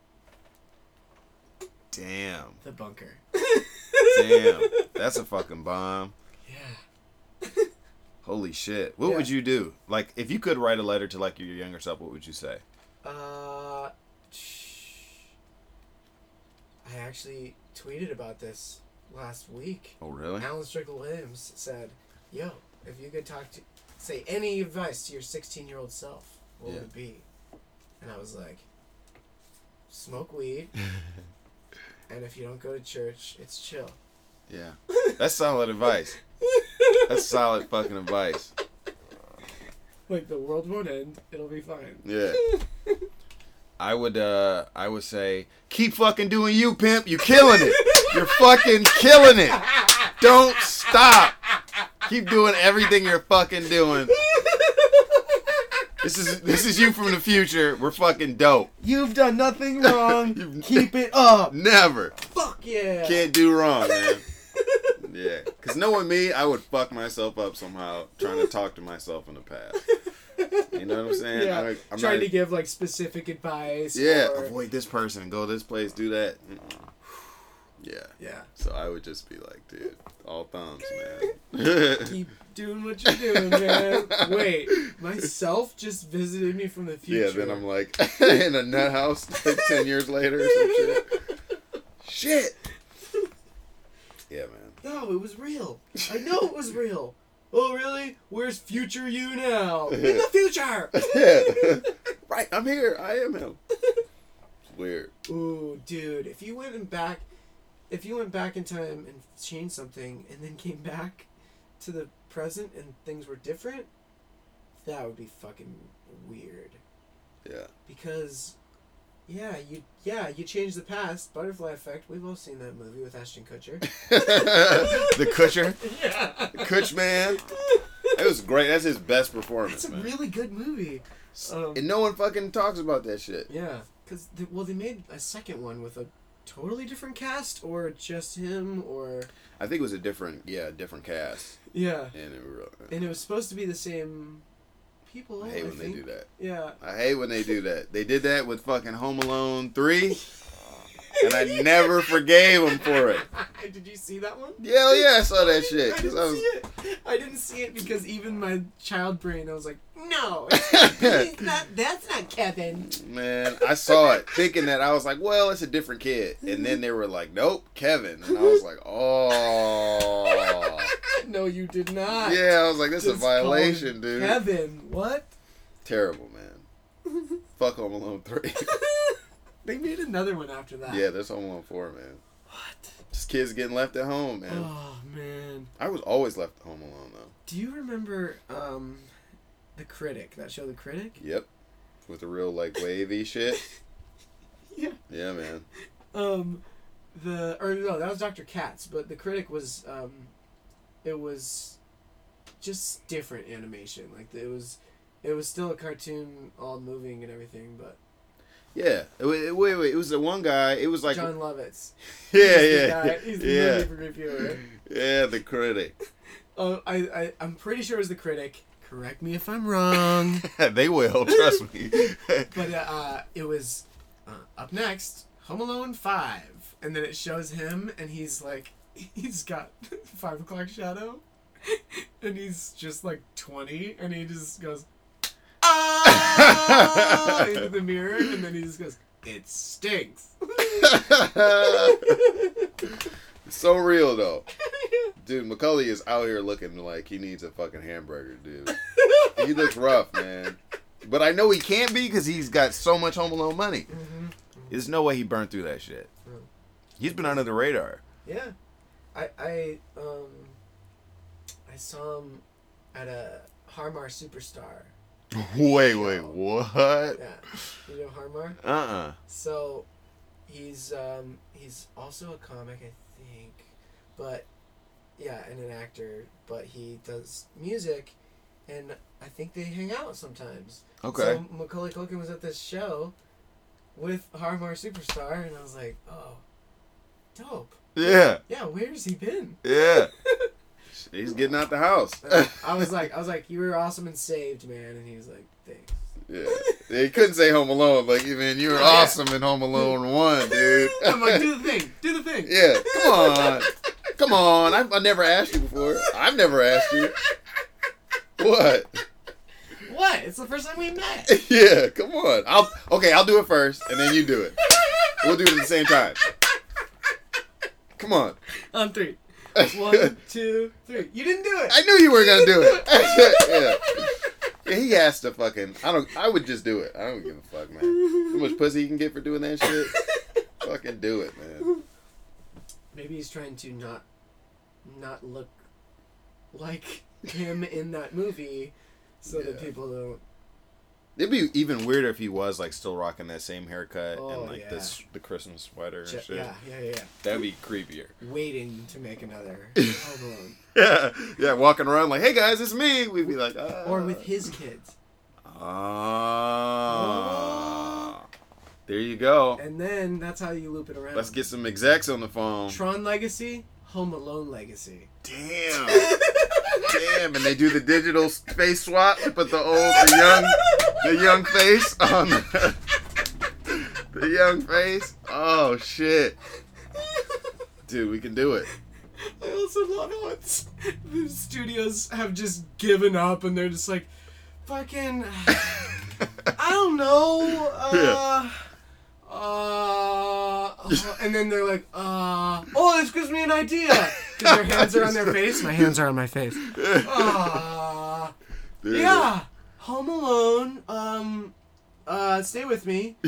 Damn. The bunker. Damn. That's a fucking bomb. Yeah. Holy shit. What Yeah. would you do? Like, if you could write a letter to like your younger self, what would you say? Uh, sh- I actually tweeted about this last week. Oh really? Alan Strickland Williams said, "Yo, if you could talk to, say any advice to your 16-year-old self, what Yeah. would it be?" And I was like, "Smoke weed, and if you don't go to church, it's chill." Yeah. That's solid advice. That's solid fucking advice. Like the world won't end; it'll be fine. Yeah. I would uh I would say keep fucking doing you pimp. You're killing it. You're fucking killing it. Don't stop. Keep doing everything you're fucking doing. This is this is you from the future. We're fucking dope. You've done nothing wrong. You've- Keep it up. Never. Fuck yeah! Can't do wrong, man. Yeah. Cause knowing me, I would fuck myself up somehow trying to talk to myself in the past. You know what I'm saying? yeah, Like, I'm trying not- to give like specific advice. Yeah, or- avoid this person, go this place, do that. Mm-mm. Yeah. yeah. So I would just be like, dude, all thumbs, man. keep doing what you're doing, man. Wait, myself just visited me from the future. yeah, then I'm like in a nut house like ten years later or some shit. Shit. Yeah, man. No, it was real. I know it was real. Oh, really? Where's future you now? In the future! Yeah. right, I'm here. I am him. It's weird. Ooh, dude, if you went and back, if you went back in time and changed something and then came back to the present and things were different, that would be fucking weird. Yeah. because yeah you yeah you change the past butterfly effect we've all seen that movie with ashton kutcher the Kutcher, yeah Kutch man. It was great. That's his best performance, it's a man. really good movie um, and no one fucking talks about that shit. yeah because well they made a second one with a totally different cast or just him or I think it was a different, yeah, different cast, yeah and it re- and it was supposed to be the same people I i, hate when they think do that. yeah I hate when they do that. They did that with fucking Home Alone three, and I never forgave them for it. did you see that one Hell yeah, I saw that shit. I 'cause didn't I see was, it. I didn't see it because even my child brain, I was like, no, he's not, that's not Kevin. man, I saw it thinking that I was like, well, it's a different kid, and then they were like, nope, Kevin, and I was like, oh, no, you did not. yeah, I was like, this is a Just call him violation, dude. Kevin, what? Terrible, man. Fuck Home Alone three. They made another one after that. yeah, there's Home Alone four, man. What? Just kids getting left at home, man. Oh man. I was always left home alone though. Do you remember um, the critic? That show, The Critic. Yep. With the real like wavy shit. Yeah. Yeah, man. Um, the or no, that was Dr. Katz, but the critic was um, it was just different animation. Like it was, it was still a cartoon, all moving and everything. But Yeah. It, wa- it, wait, wait. It was the one guy. It was like John Lovitz, yeah, he's the yeah, guy- he's the yeah, movie reviewer. yeah. The critic. Oh, I, I I'm pretty sure it was the critic. Correct me if I'm wrong. they will trust me. but uh, uh, it was uh, up next, Home Alone Five, and then it shows him, and he's like, he's got five o'clock shadow, and he's just like twenty, and he just goes, ah, into the mirror, and then he just goes, it stinks. so real though, dude. Macaulay is out here looking like he needs a fucking hamburger, dude. He looks rough, man. But I know he can't be because he's got so much Home Alone money. Mm-hmm. There's no way he burned through that shit. Mm. He's been under the radar. Yeah, I I um I saw him at a Harmar Superstar. Wait, wait, what? Uh Yeah, you know Harmar. uh So, he's um, he's also a comic, I think, but yeah, and an actor. But he does music, and I think they hang out sometimes. Okay. So Macaulay Culkin was at this show with Harmar Superstar, and I was like, oh, dope. yeah, Yeah, where's he been? yeah. He's getting out the house. Uh, I was like, I was like, you were awesome and saved, man. And he was like, thanks. yeah. They couldn't say Home Alone. Like, man, you were Yeah. awesome in Home Alone 1, dude. I'm like, do the thing, do the thing. yeah, come on. Come on. I, I never asked you before. I've never asked you. What? What? It's the first time we met. Yeah, come on. I'll okay. I'll do it first, and then you do it. We'll do it at the same time. Come on. On three. One, two, three. You didn't do it. I knew you were gonna do it. yeah. He has to fucking. I don't. I would just do it. I don't give a fuck, man. How much pussy you can get for doing that shit? fucking do it, man. Maybe he's trying to not, not look like him in that movie, so that Yeah. people don't. It'd be even weirder if he was like still rocking that same haircut Oh, and like yeah. this the Christmas sweater and Ju- shit. yeah, yeah, yeah. That'd be creepier. Waiting to make another Home Alone, Yeah, yeah. Walking around like, hey guys, it's me. We'd be like, ah. or with his kids, Ah. There you go. and then that's how you loop it around. Let's get some execs on the phone. Tron Legacy, Home Alone Legacy. Damn. Damn, and they do the digital face swap, but the old, Oh, the young, the young face on the, the young face. Oh shit, dude, we can do it. I also love how it's the studios have just given up and they're just like, fucking, I don't know, uh, uh, and then they're like, uh, oh, this gives me an idea. 'Cause their hands are on their face. My hands are on my face. Uh, Dude. yeah, Home Alone. Um, uh, stay with me.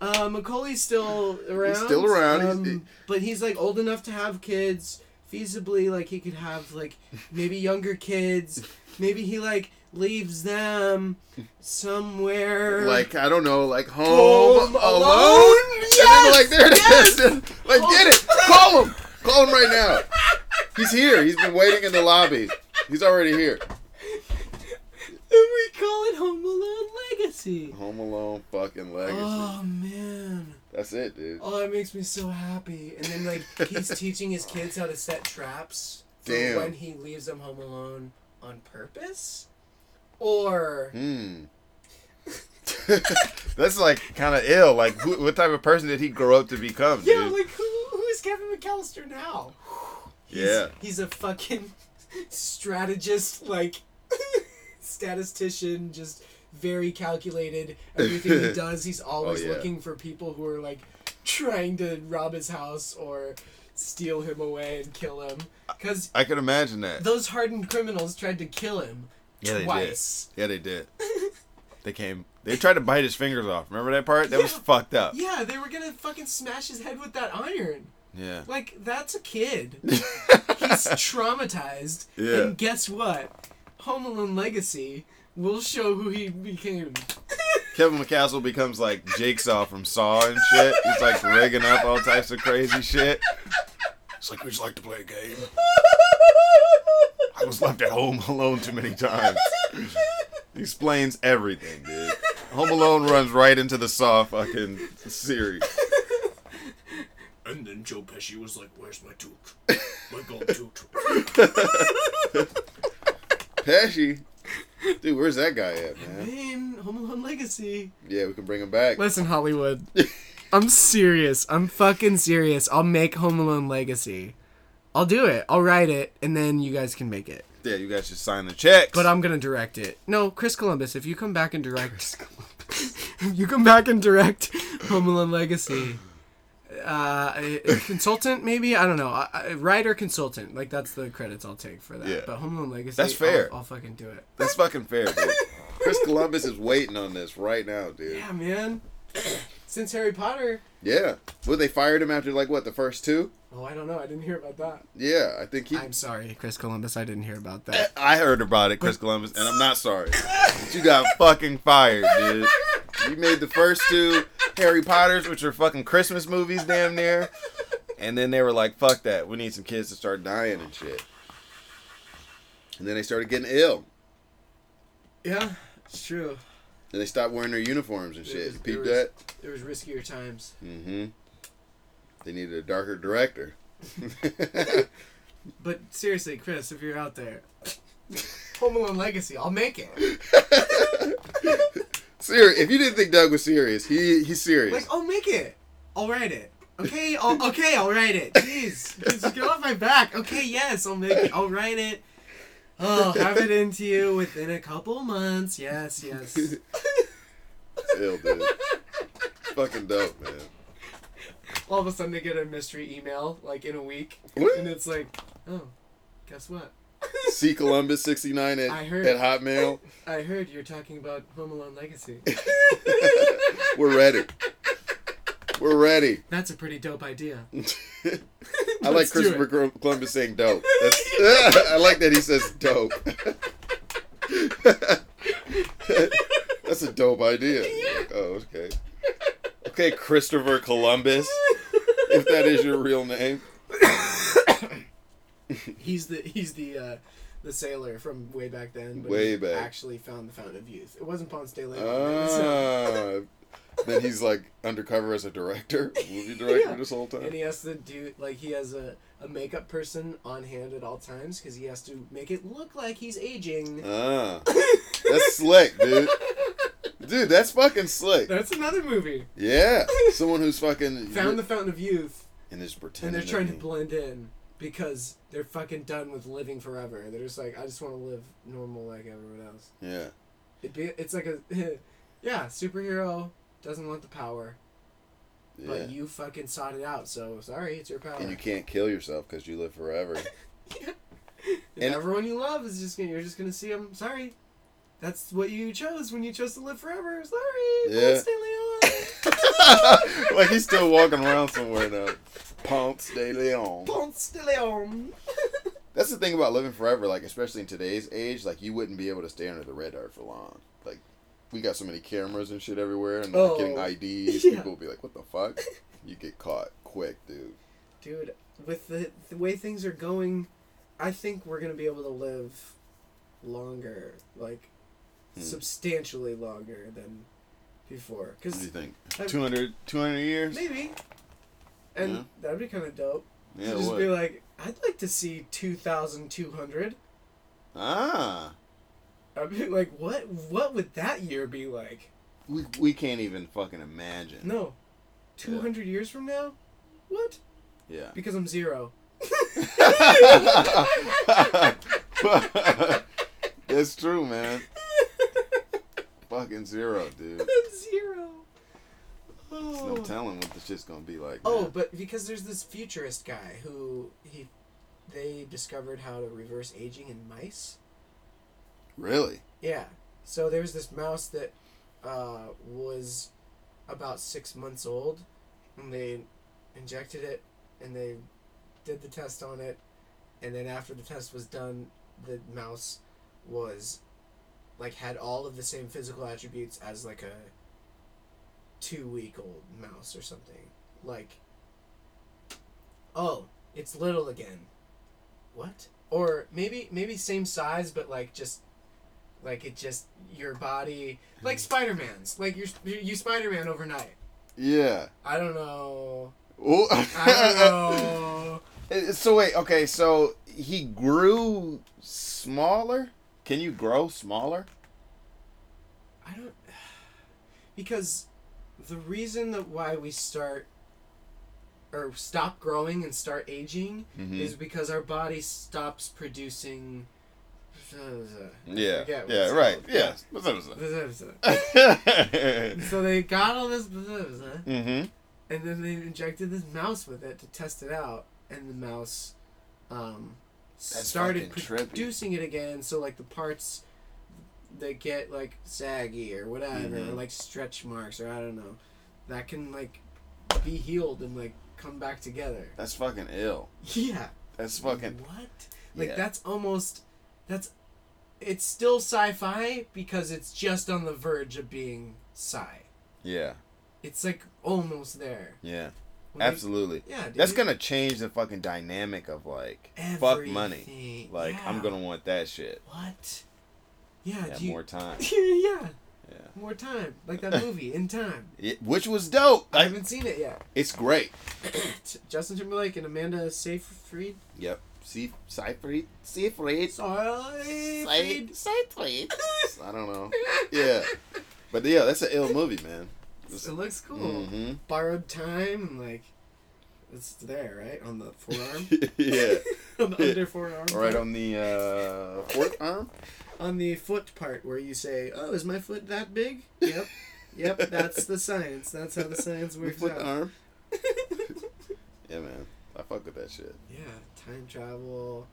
Uh, Macaulay's still around. still around. Um, He's- but he's like old enough to have kids. Feasibly, like he could have like maybe younger kids. Maybe he like leaves them somewhere. Like I don't know, like home, Home alone. Alone? And then, like there it Yes, Oh. is. like get it. Call him. Call him right now. He's here. He's been waiting in the lobby. He's already here. and we call it Home Alone Legacy. Home Alone, fucking legacy. Oh man. That's it, dude. Oh, that makes me so happy. And then like he's teaching his kids how to set traps for Damn. when he leaves them home alone on purpose, or Hmm. That's like kind of ill. Like, who, what type of person did he grow up to become? yeah, dude? like who who is Kevin McAllister now? He's, yeah. he's a fucking strategist, like statistician, just very calculated. Everything he does, he's always Oh, yeah. looking for people who are like trying to rob his house or steal him away and kill him because I can imagine that. those hardened criminals tried to kill him Yeah, they twice. did. Yeah, they did. they came. They tried to bite his fingers off. Remember that part? That was Yeah. fucked up. Yeah, they were gonna fucking smash his head with that iron. Yeah. Like that's a kid. He's traumatized. Yeah. And guess what? Home Alone Legacy will show who he became. Kevin McCaskill becomes like Jigsaw from Saw and shit. He's like rigging up all types of crazy shit. It's like we just like to play a game. I was left at home alone too many times. He explains everything, dude. Home Alone runs right into the Saw fucking series. And then Joe Pesci was like, "Where's my toot? My gold toot?" Pesci, dude, where's that guy at, man? Man, Home Alone Legacy. Yeah, we can bring him back. Listen, Hollywood. I'm serious. I'm fucking serious. I'll make Home Alone Legacy. I'll do it. I'll write it, and then you guys can make it. Yeah, you guys should sign the checks. But I'm gonna direct it. No, Chris Columbus. If you come back and direct, you come back and direct Home Alone Legacy. Uh, a- a consultant maybe I don't know. I, I, writer consultant like that's the credits I'll take for that. Yeah. But Home Alone Legacy. That's fair. I'll, I'll fucking do it. That's fucking fair, dude. Chris Columbus is waiting on this right now, dude. Yeah, man. since Harry Potter. Yeah. Well, they fired him after like what the first two. Oh, I don't know. I didn't hear about that. Yeah, I think he. I'm sorry, Chris Columbus. I didn't hear about that. I heard about it, Chris Columbus, and I'm not sorry. But you got fucking fired, dude. You made the first two Harry Potters, which are fucking Christmas movies, damn near. And then they were like, fuck that. We need some kids to start dying and shit. And then they started getting ill. yeah, it's true. And they stopped wearing their uniforms and shit. was- You there peeped was- that? There was riskier times. Mm hmm. They needed a darker director. But seriously, Chris, if you're out there, Home Alone Legacy, I'll make it. Ser- if you didn't think Doug was serious, he he's serious. Like, I'll make it. I'll write it. Okay, I'll, okay, I'll write it. Jeez, just get off my back. Okay, yes, I'll make it. I'll write it. Oh, have it into you within a couple months. Yes, yes. Ill, dude. fucking dope, man. All of a sudden, they get a mystery email like in a week, What? and it's like, oh, guess what? C Columbus sixty nine at, I heard. at Hotmail. I heard you're talking about Home Alone Legacy. We're ready. We're ready. That's a pretty dope idea. I like do Christopher Col- Columbus saying dope. That's, I like that he says dope. That's a dope idea. Like, oh, okay. Okay, Christopher Columbus. If that is your real name. He's the he's the uh, the sailor from way back then. Way he back. Actually, found the Fountain of Youth. It wasn't Ponce de Leon. it was, uh, Ah. Then he's like undercover as a director, movie director Yeah. this whole time. and he has to do like he has a, a makeup person on hand at all times because he has to make it look like he's aging. Ah, that's slick, dude. Dude, that's fucking slick. That's another movie. Yeah, someone who's fucking Found the Fountain of Youth, and is and pretending. they're trying to be- blend in because they're fucking done with living forever. They're just like, I just want to live normal like everyone else. Yeah, It be it's like a yeah superhero doesn't want the power, yeah. but you fucking sought it out. So sorry, it's your power. and you can't kill yourself because you live forever. And And- everyone you love is just gonna, you're just gonna see them. Sorry, that's what you chose when you chose to live forever. Sorry, Yeah. Ponce de Leon. like he's still walking around somewhere now. Ponce de Leon. Ponce de Leon. That's the thing about living forever. Like especially in today's age, like you wouldn't be able to stay under the radar for long. Like we got so many cameras and shit everywhere, and like, Oh. getting IDs, Yeah. people will be like, "What the fuck?" You get caught quick, dude. Dude, with the, the way things are going, I think we're gonna be able to live longer, like Hmm. substantially longer than before. What do Cause you think? I- 200, 200 years? maybe, and Yeah. that'd be kind of dope. Yeah, to just what? be like, I'd like to see two thousand two hundred. ah, I'd be like, what? What would that year be like? we, we can't even fucking imagine. No, two hundred years from now. What? Yeah. Because I'm zero. That's true, man. fucking zero, dude. I'm zero. Oh. No telling what the shit's gonna be like. oh, man. but because there's this futurist guy who he, they discovered how to reverse aging in mice. really? Yeah. So there was this mouse that uh, was about six months old, and they injected it, and they did the test on it, and then after the test was done, the mouse was like had all of the same physical attributes as like a two week old mouse or something. Like, oh, it's little again. What? Or maybe maybe same size, but like just like it just your body like Spider Man's like you you Spider Man overnight. Yeah. I don't know. Ooh. I don't know. Uh, so wait, okay, so he grew smaller. Can you grow smaller? I don't because the reason that why we start or stop growing and start aging Mhm. is because our body stops producing. Yeah. forget what Yeah. it's Right. called. Yeah. What's up? So they got all this, mm-hmm. and then they injected this mouse with it to test it out, and the mouse um, That's started fucking trippy. producing it again. So like the parts that get like saggy or whatever, or Mhm. like stretch marks or I don't know, that can like be healed and like come back together. That's fucking ill. Yeah. That's Mm-hmm. fucking What? Like Yeah. that's almost that's it's still sci-fi because it's just on the verge of being sci. yeah, It's like almost there. yeah. When they- Absolutely. yeah, dude. That's gonna change the fucking dynamic of like fuck money. Everything. Like I'm Yeah. gonna want that shit. What? Yeah, At do you- more time. yeah, Yeah. more time. Like that movie, In Time. It- which was dope. I Like, haven't seen it yet. it's great. T- Justin Timberlake and Amanda Seyfried. Yep. See, Seyfried, Seyfried, Seyfried. Seyfried. I don't know. Yeah, but yeah, that's an ill movie, man. It looks cool. Mhm. Borrowed time and like it's there, right? On the forearm. yeah. on the under forearm. All right, on the uh, fourth arm. On the foot part where you say, Oh, is my foot that big? Yep. yep, that's the science. That's how the science The works foot out. arm. Yeah, man. I fuck with that shit. Yeah, time travel.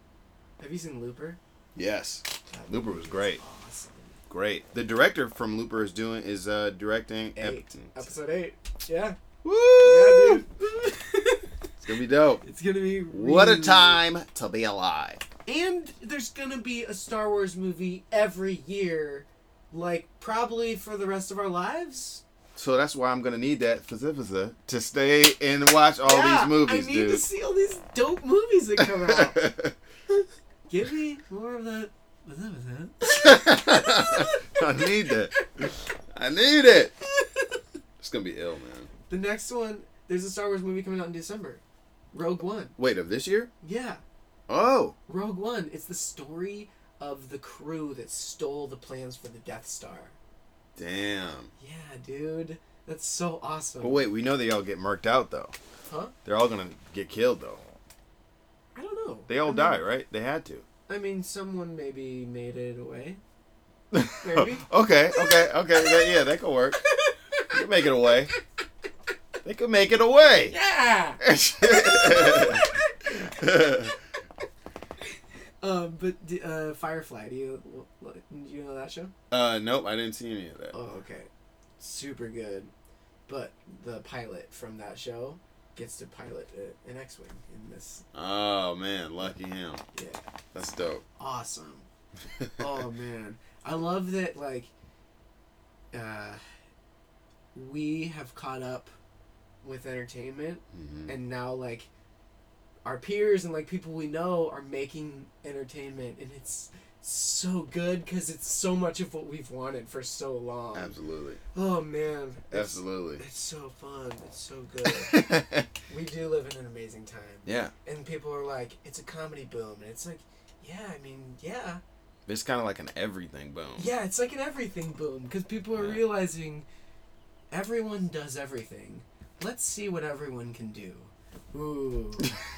Have you seen Looper? Yes, That Looper was great. Awesome. Great. The director from Looper is doing is uh directing. Eight. Ep- Episode eight. Yeah. Woo! Yeah, dude. It's gonna be dope. it's gonna be What a really- time to be alive. And there's gonna be a Star Wars movie every year, like probably for the rest of our lives. So that's why I'm gonna need that physician to stay and watch all Yeah, these movies, I need dude. to see all these dope movies that come out. Give me more of that. was that- was that? I need that. I need it. It's gonna be ill, man. The next one, there's a Star Wars movie coming out in December. Rogue One. Wait, of this year? Yeah. Oh, Rogue One. It's the story of the crew that stole the plans for the Death Star. damn. Yeah, dude. That's so awesome. But wait, we know they all get murked out though. Huh? They're all gonna get killed though. I don't know. They all I mean- die, right? They had to. I mean, someone maybe made it away. Maybe. okay, okay, okay. That, yeah, that could work. You can make it away. They could make it away. yeah. Um, but d- uh, Firefly. Do you l- l- do you know that show? uh, nope, I didn't see any of that. Oh, okay. Super good. But the pilot from that show gets to pilot a- an X-wing in this. Oh man, lucky him. Yeah. That's dope. Awesome. oh man, I love that. Like, uh, we have caught up with entertainment, Mhm. and now like our peers and like people we know are making entertainment, and it's so good because it's so much of what we've wanted for so long. Absolutely. Oh man, it's, Absolutely. it's so fun. It's so good. we do live in an amazing time, yeah. and people are like, "It's a comedy boom," and it's like, yeah, I mean, yeah. It's kind of like an everything boom. Yeah, it's like an everything boom because people are Yeah. realizing everyone does everything. Let's see what everyone can do. Ooh.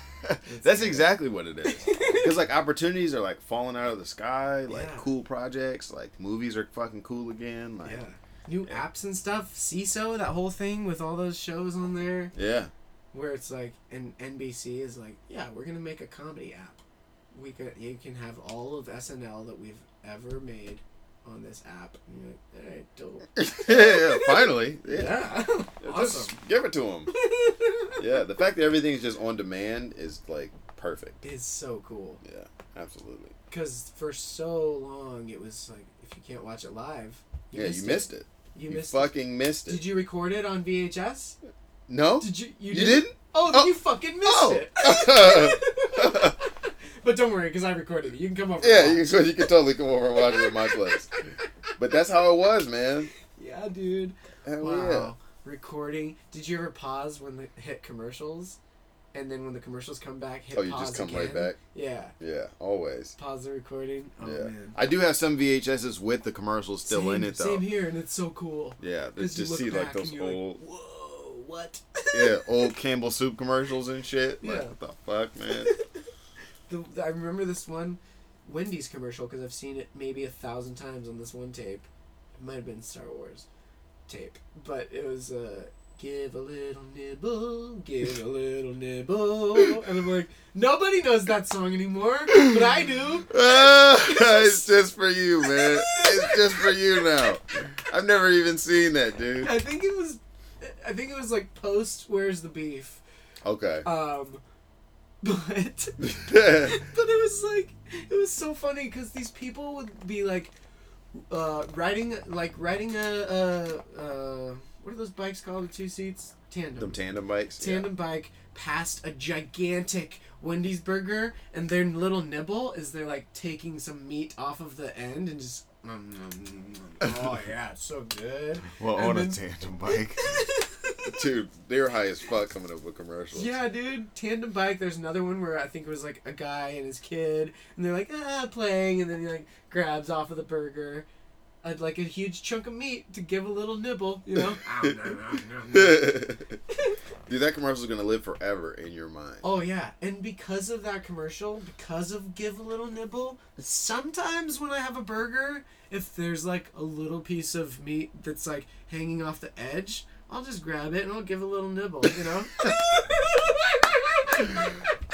That's exactly what it is. Because like opportunities are like falling out of the sky, like Yeah. cool projects, like movies are fucking cool again. Like Yeah. New apps and stuff. CISO, that whole thing with all those shows on there yeah, where it's like, and NBC is like, yeah, we're going to make a comedy app. We could, you can have all of SNL that we've ever made on this app. And you're like, all right, dope. yeah. Finally, yeah. Yeah. awesome. Just give it to them. yeah, the fact that everything's just on demand is like perfect. It's so cool. Yeah, absolutely. because for so long it was like if you can't watch it live yeah, you missed it. you, You, missed fucking missed it it. did you record it on vhs no, did you you, You didn't? oh, then Oh. you fucking missed Oh. it but don't worry because i recorded it you can come over yeah, and you watch. can, you can totally come over and watch it at my place. But that's how it was, man. yeah dude Hell wow yeah. recording did you ever pause when the hit commercials and then when the commercials come back hit Oh, you pause just come again? right back. yeah Yeah, always. pause the recording oh yeah, man I do have some VHSs with the commercials still same, in it though. same here and it's so cool Yeah, they 'Cause you just look see like back those and you're old, whoa what yeah, old Campbell soup commercials and shit. Like, Yeah. what the fuck, man? The, I remember this one Wendy's commercial because I've seen it maybe a thousand times on this one tape. It might have been Star Wars tape, but it was uh, "Give a little nibble, give a little nibble," and I'm like, nobody knows that song anymore, but I do. Ah, it's just for you, man. It's just for you now. I've never even seen that, dude. I think it was. I I think it was like post Where's the Beef. Okay. Um, but yeah. but it was like it was so funny because these people would be like uh, riding like riding a, a, a what are those bikes called with two seats tandem Them tandem bikes. tandem bike past a gigantic Wendy's burger and their little nibble is they're like taking some meat off of the end and just "Mm, mm, mm, mm." oh yeah it's so good Yeah. Well, And on a then- tandem bike. Dude, they're high as fuck coming up with commercials. Yeah, dude. Tandem bike. There's another one where I think it was like a guy and his kid, and they're like ah playing, and then he like grabs off of the burger, I'd like a huge chunk of meat to give a little nibble, you know. Ow, nom, nom, nom, nom. Dude, that commercial's gonna live forever in your mind. oh yeah, and because of that commercial, because of give a little nibble, sometimes when I have a burger, if there's like a little piece of meat that's like hanging off the edge, I'll just grab it and I'll give a little nibble, you know.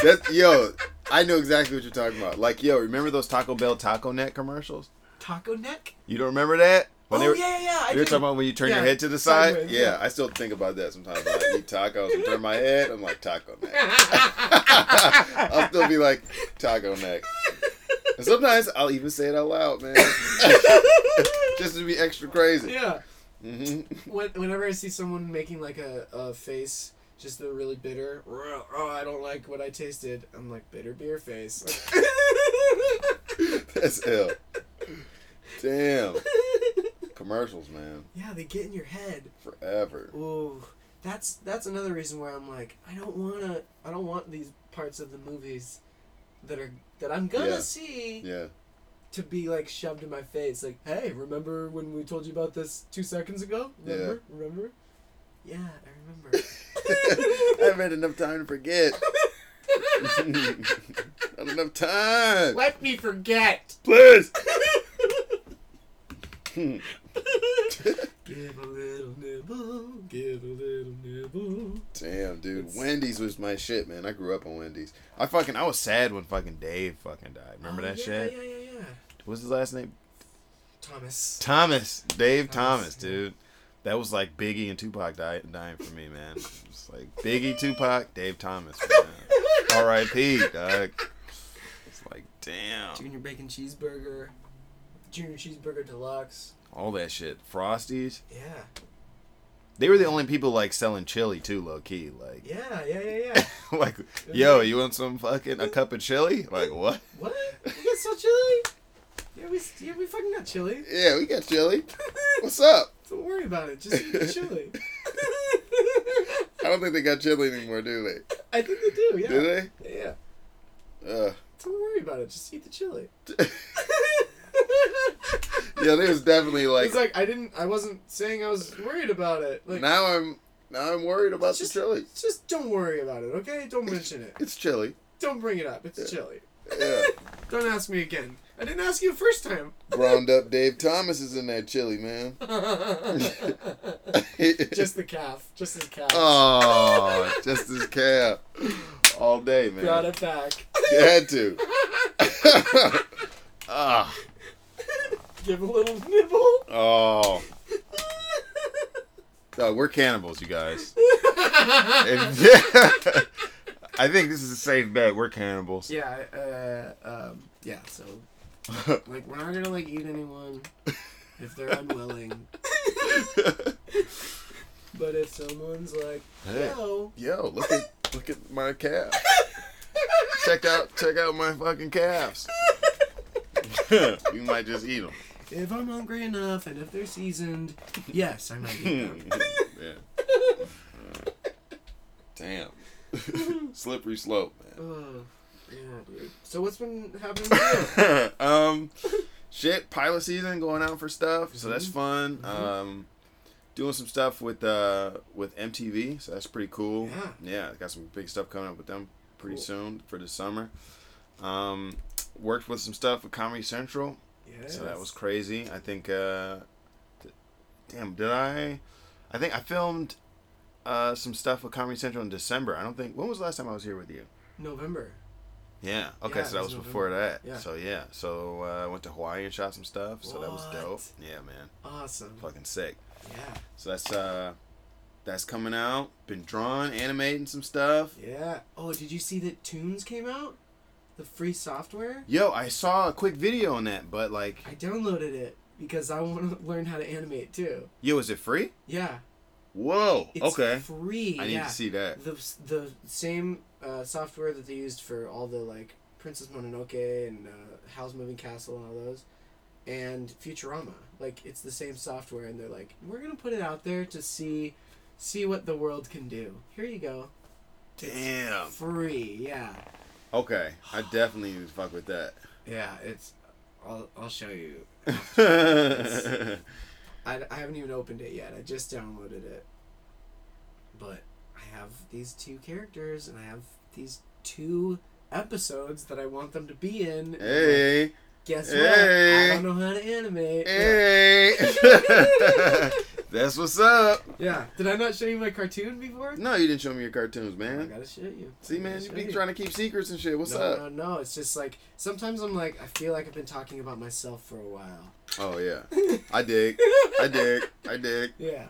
That's yo, I know exactly what you're talking about. Like yo, remember those Taco Bell Taco Net commercials? Taco neck. You don't remember that? When they Oh were- yeah, yeah, yeah. I You're do. talking about when you turn your Yeah, head to the side? sideways, yeah, yeah. I still think about that sometimes. When I eat tacos and turn my head, I'm like, taco neck. I'll still be like, taco neck. And sometimes I'll even say it out loud, man. Just to be extra crazy. yeah. hmm When, whenever I see someone making like a, a face, just a really bitter, oh, I don't like what I tasted, I'm like, bitter beer face. That's ill. Damn. Commercials, man. yeah, they get in your head. Forever. Ooh, that's that's another reason why I'm like, I don't wanna, I don't want these parts of the movies that are that I'm gonna Yeah. see Yeah. to be like shoved in my face. Like, hey, remember when we told you about this two seconds ago? Remember? Remember? Yeah, I remember. I've had enough time to forget. Not enough time. Let me forget. Please. Give a little nibble, give a little nibble. Damn, dude. Wendy's was my shit, man. I grew up on Wendy's. I fucking I was sad when fucking Dave fucking died. Remember Oh, that yeah, shit? Yeah, yeah, yeah. What's his last name? Thomas. Thomas. Dave Thomas, Thomas, yeah. dude. That was like Biggie and Tupac di- dying for me, man. It's like Biggie, Tupac, Dave Thomas, man. R.I.P. Dog. It's like damn, Junior Bacon Cheeseburger. Junior Cheeseburger Deluxe. all that shit. Frosties. Yeah. They were the only people like selling chili too, low key. Like, Yeah, yeah, yeah, yeah. like, yo, you want some fucking a cup of chili? Like what? what? You got so chili? Yeah, we, yeah, we fucking got chili. Yeah, we got chili. What's up? Don't worry about it. Just eat the chili. I don't think they got chili anymore, do they? I think they do, yeah. Do they? Yeah. they? Uh, Don't worry about it. Just eat the chili. yeah, they was definitely like, it's like I didn't. I wasn't saying I was worried about it. Like, now I'm now I'm worried about just, the chili. just don't worry about it, okay? Don't mention it. It's chili. Don't bring it up. It's chili. Yeah. Don't ask me again. I didn't ask you first time. Ground up Dave Thomas is in that chili, man. just the calf. Just his calf. oh, just his calf all day, man. Brought it back. You had to. Ah. Give a little nibble. Oh. Dog, we're cannibals, you guys. If- I think this is a safe bet. We're cannibals. Yeah. Uh, um, yeah. So, like, we're not gonna like eat anyone if they're unwilling. But if someone's like, Hey. no, Yo, look at look at my calf. check out check out my fucking calves. you might just eat them. if I'm hungry enough and if they're seasoned, yes, I might eat them. yeah. Damn. Slippery slope, Oh, yeah, dude. So what's been happening? With man. um, shit. Pilot season going out for stuff, so Mm-hmm. that's fun. Um, doing some stuff with uh with MTV, so that's pretty cool. Yeah. got some big stuff coming up with them pretty Cool. soon for the summer. Um, worked with some stuff with Comedy Central. you? yes. So that was crazy. I think, uh, th- damn, did I? I think I filmed uh, some stuff with Comedy Central in December. I don't think. When was the last time I was here with you? November. Yeah. Okay, Yeah, so it that was was before that. Yeah. So yeah. So uh, I went to Hawaii and shot some stuff. So that was What? dope. Yeah, man. Awesome. Fucking sick. Yeah. So that's uh, that's coming out. Been drawing, animating some stuff. Yeah. Oh, did you see that Tunes came out? The free software? Yo, I saw a quick video on that, but like, I downloaded it because I want to learn how to animate too. yo, is it free? Yeah. Whoa. It's okay. free. I need yeah. to see that. The, the same uh, software that they used for all the like Princess Mononoke and uh, Howl's Moving Castle and all those, and Futurama. Like it's the same software, and they're like, we're gonna put it out there to see, see what the world can do. Here you go, Damn. free. Yeah. Okay, I definitely need to fuck with that. Yeah, it's. I'll, I'll show you. I, I haven't even opened it yet. I just downloaded it. But I have these two characters and I have these two episodes that I want them to be in. and, like, hey, Guess Hey. what? I don't know how to animate. hey, that's what's up. Yeah. Did I not show you my cartoon before? No, you didn't show me your cartoons, I man. gotta show you. See, I man, gotta you show be trying to keep secrets and shit. What's no, up? No, no, it's just like sometimes I'm like I feel like I've been talking about myself for a while. Oh yeah, I dig, I dig, I dig. Yeah.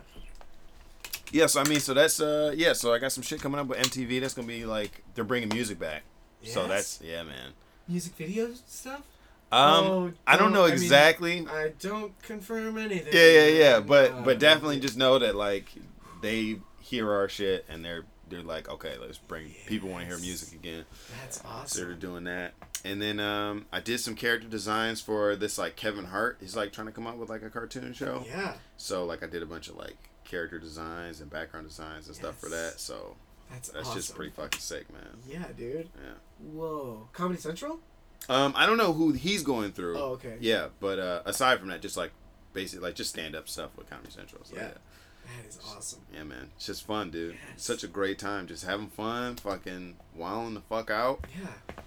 Yeah, so I mean, so that's uh, yeah, so I got some shit coming up with MTV. That's gonna be like they're bringing music back. So Yes? that's yeah, man. music video stuff. Um, Oh, I don't don't- know I mean- exactly. I don't confirm anything. yeah, yeah, yeah, but Uh, but definitely just know that like they hear our shit and they're they're like, okay, let's bring people want to hear Yes. music again. That's So they're awesome. doing that. And then um, I did some character designs for this like Kevin Hart. He's like trying to come up with like a cartoon show. Yeah, So like I did a bunch of like character designs and background designs and stuff for Yes. that. So that's that's just awesome. pretty fucking sick, man. Yeah, dude. Yeah. Whoa, Comedy Central. Um, I don't know who he's going through. Oh, okay. Yeah, but uh, aside from that, just like basically like just stand up stuff with Comedy Central. So, Yeah. yeah. That is awesome. Yeah, man. It's just fun, dude. Yes. Such a great time. Just having fun, fucking wilding the fuck out. Yeah,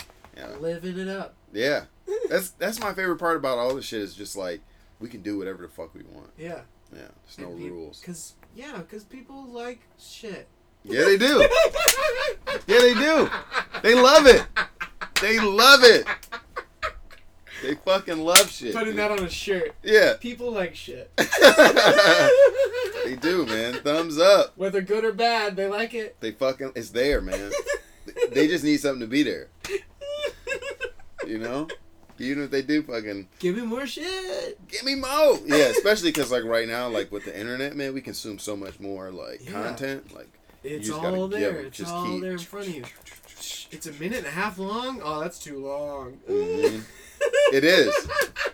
Yeah. living it up. Yeah. That's that's my favorite part about all this shit is just like we can do whatever the fuck we want. Yeah. Yeah. There's no rules. Cause yeah, cause people like shit. Yeah, they do. Yeah, they do. They love it. They love it. They fucking love shit. Putting dude. that on a shirt. yeah. People like shit. they do, man. Thumbs up. Whether good or bad, they like it. They fucking it's there, man. they just need something to be there, you know? Even if they do fucking Give me more shit. give me more. Yeah, especially because like right now, like with the internet, man, we consume so much more like Yeah. content. Like It's just gotta all give there. it. It's Just all keep- there in front of you. It's a minute and a half long. Oh, that's too long. mhm. it is,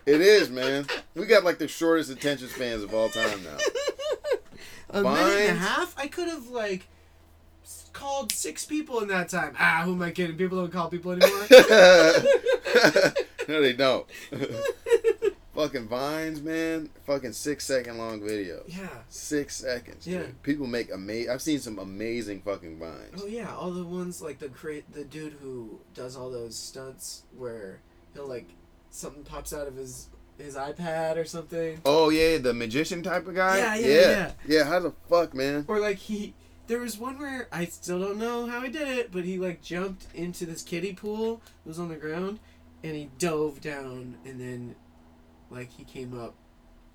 it is, man. We got like the shortest attention spans of all time now. a minute and Fine. a half? I could have like s- called six people in that time. Ah, who am I kidding? People don't call people anymore. no, they don't. fucking vines, man. Fucking six second long videos. yeah. Six seconds. Yeah. dude. People make amazing. I've seen some amazing fucking Oh vines. yeah, all the ones like the create the dude who does all those stunts where he'll like something pops out of his his iPad or something, Oh yeah, the magician type of guy. Yeah, yeah, yeah. yeah how the fuck, man? or like he. There was one where I still don't know how he did it, but he like jumped into this kiddie pool that was on the ground, and he dove down, and then, like he came up,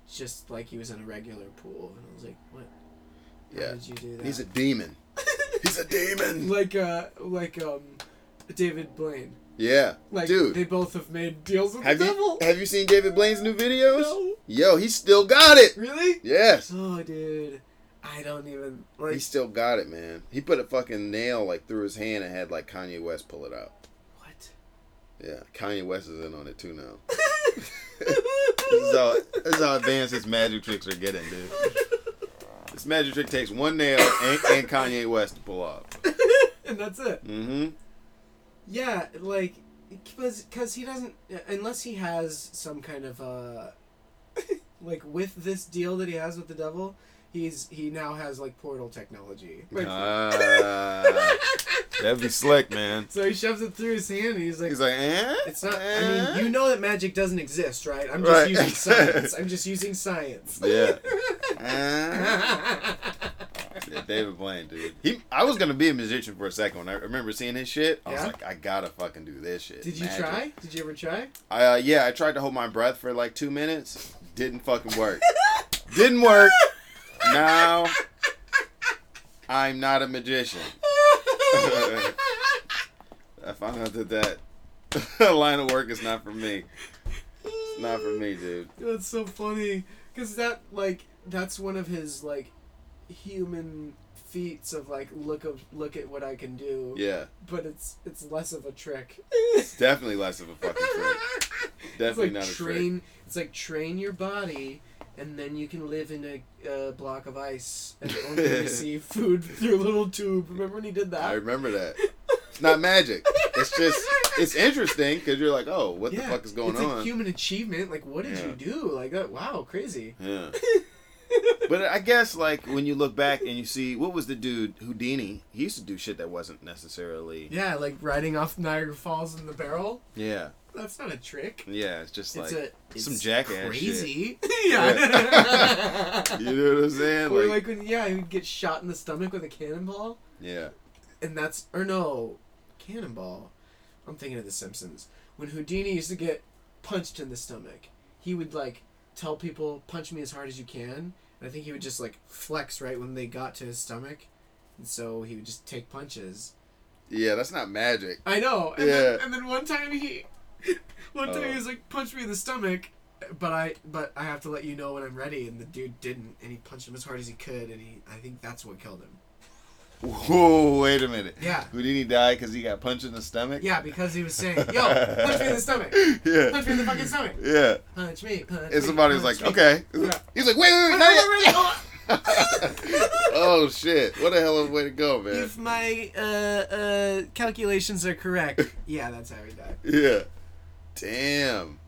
just like he was in a regular pool, and I was like, "What? How Yeah. did you do that?" He's a demon. He's a demon. like uh like um, David Blaine. Yeah, Like dude. they both have made deals with have the you devil. have you seen David Blaine's new videos? No. Yo, he still got it. Really? Yes, Oh, dude, I don't even like. he still got it, man. He put a fucking nail like through his hand and had like Kanye West pull it out. What? Yeah, Kanye West is in on it too now. this, is how, this is how advanced his magic tricks are getting, dude. This magic trick takes one nail and, and Kanye West to pull off. and that's it. Mm-hmm. Yeah, like, because cause he doesn't unless he has some kind of uh, like with this deal that he has with the devil, he's he now has like portal technology. Like, Ah. that'd be slick, man. so he shoves it through his hand. and He's like. He's like, eh? it's not. eh? I mean, you know that magic doesn't exist, right? I'm just Right. using science. I'm just using science. Yeah. Eh? Yeah, David Blaine, dude. He, I was gonna be a musician for a second when I remember seeing his shit. I Yeah? was like, I gotta fucking do this shit. Did you Magic. try? Did you ever try? I, uh, yeah, I tried to hold my breath for like two minutes. Didn't fucking work. Didn't work. Now I'm not a magician. I found out that that line of work is not for me. It's not for me, dude. That's so funny. Because that, like, that's one of his, like, human feats of, like, look of look at what I can do. Yeah, But it's it's less of a trick. it's definitely less of a fucking trick. Definitely it's like not a train, trick. It's like train your body, and then you can live in a uh, block of ice and only receive food through a little tube. Remember when he did I that? remember that. It's not magic. It's just it's interesting because you're like, oh, what the fuck is going it's on? a human achievement. Like, what did Yeah. you do? Like that? Wow, crazy. Yeah. but I guess like when you look back and you see what was the dude Houdini? He used to do shit that wasn't necessarily. Yeah, like riding off Niagara Falls in the barrel. Yeah. That's not a trick. Yeah. It's just like It's a it's some jackass shit. crazy. yeah. Yeah. You know what I'm saying? or Like, like when yeah, he would get shot in the stomach with a cannonball. yeah. and that's or no, Cannonball. I'm thinking of The Simpsons. When Houdini used to get punched in the stomach, he would like tell people, "Punch me as hard as you can," and I think he would just like flex right when they got to his stomach, and so he would just take punches. Yeah. That's not magic. I know. And Then, Yeah. and then one time he, one time Oh. he was like, "Punch me in the stomach." But I, but I have to let you know when I'm ready, and the dude didn't, and he punched him as hard as he could, and he, I think that's what killed him. Whoa! Wait a minute. Yeah. Houdini died because he got punched in the stomach. Yeah, because he was saying, "Yo, punch me in the stomach." Yeah. Punch me in the fucking stomach. Yeah. Punch me. Punch And me, somebody was punch like, me. okay. Yeah. He's like, wait, wait, wait. not yet. oh shit! What a hell of a way to go, man. If my uh, uh, calculations are correct, yeah, that's how he died. Yeah. Damn.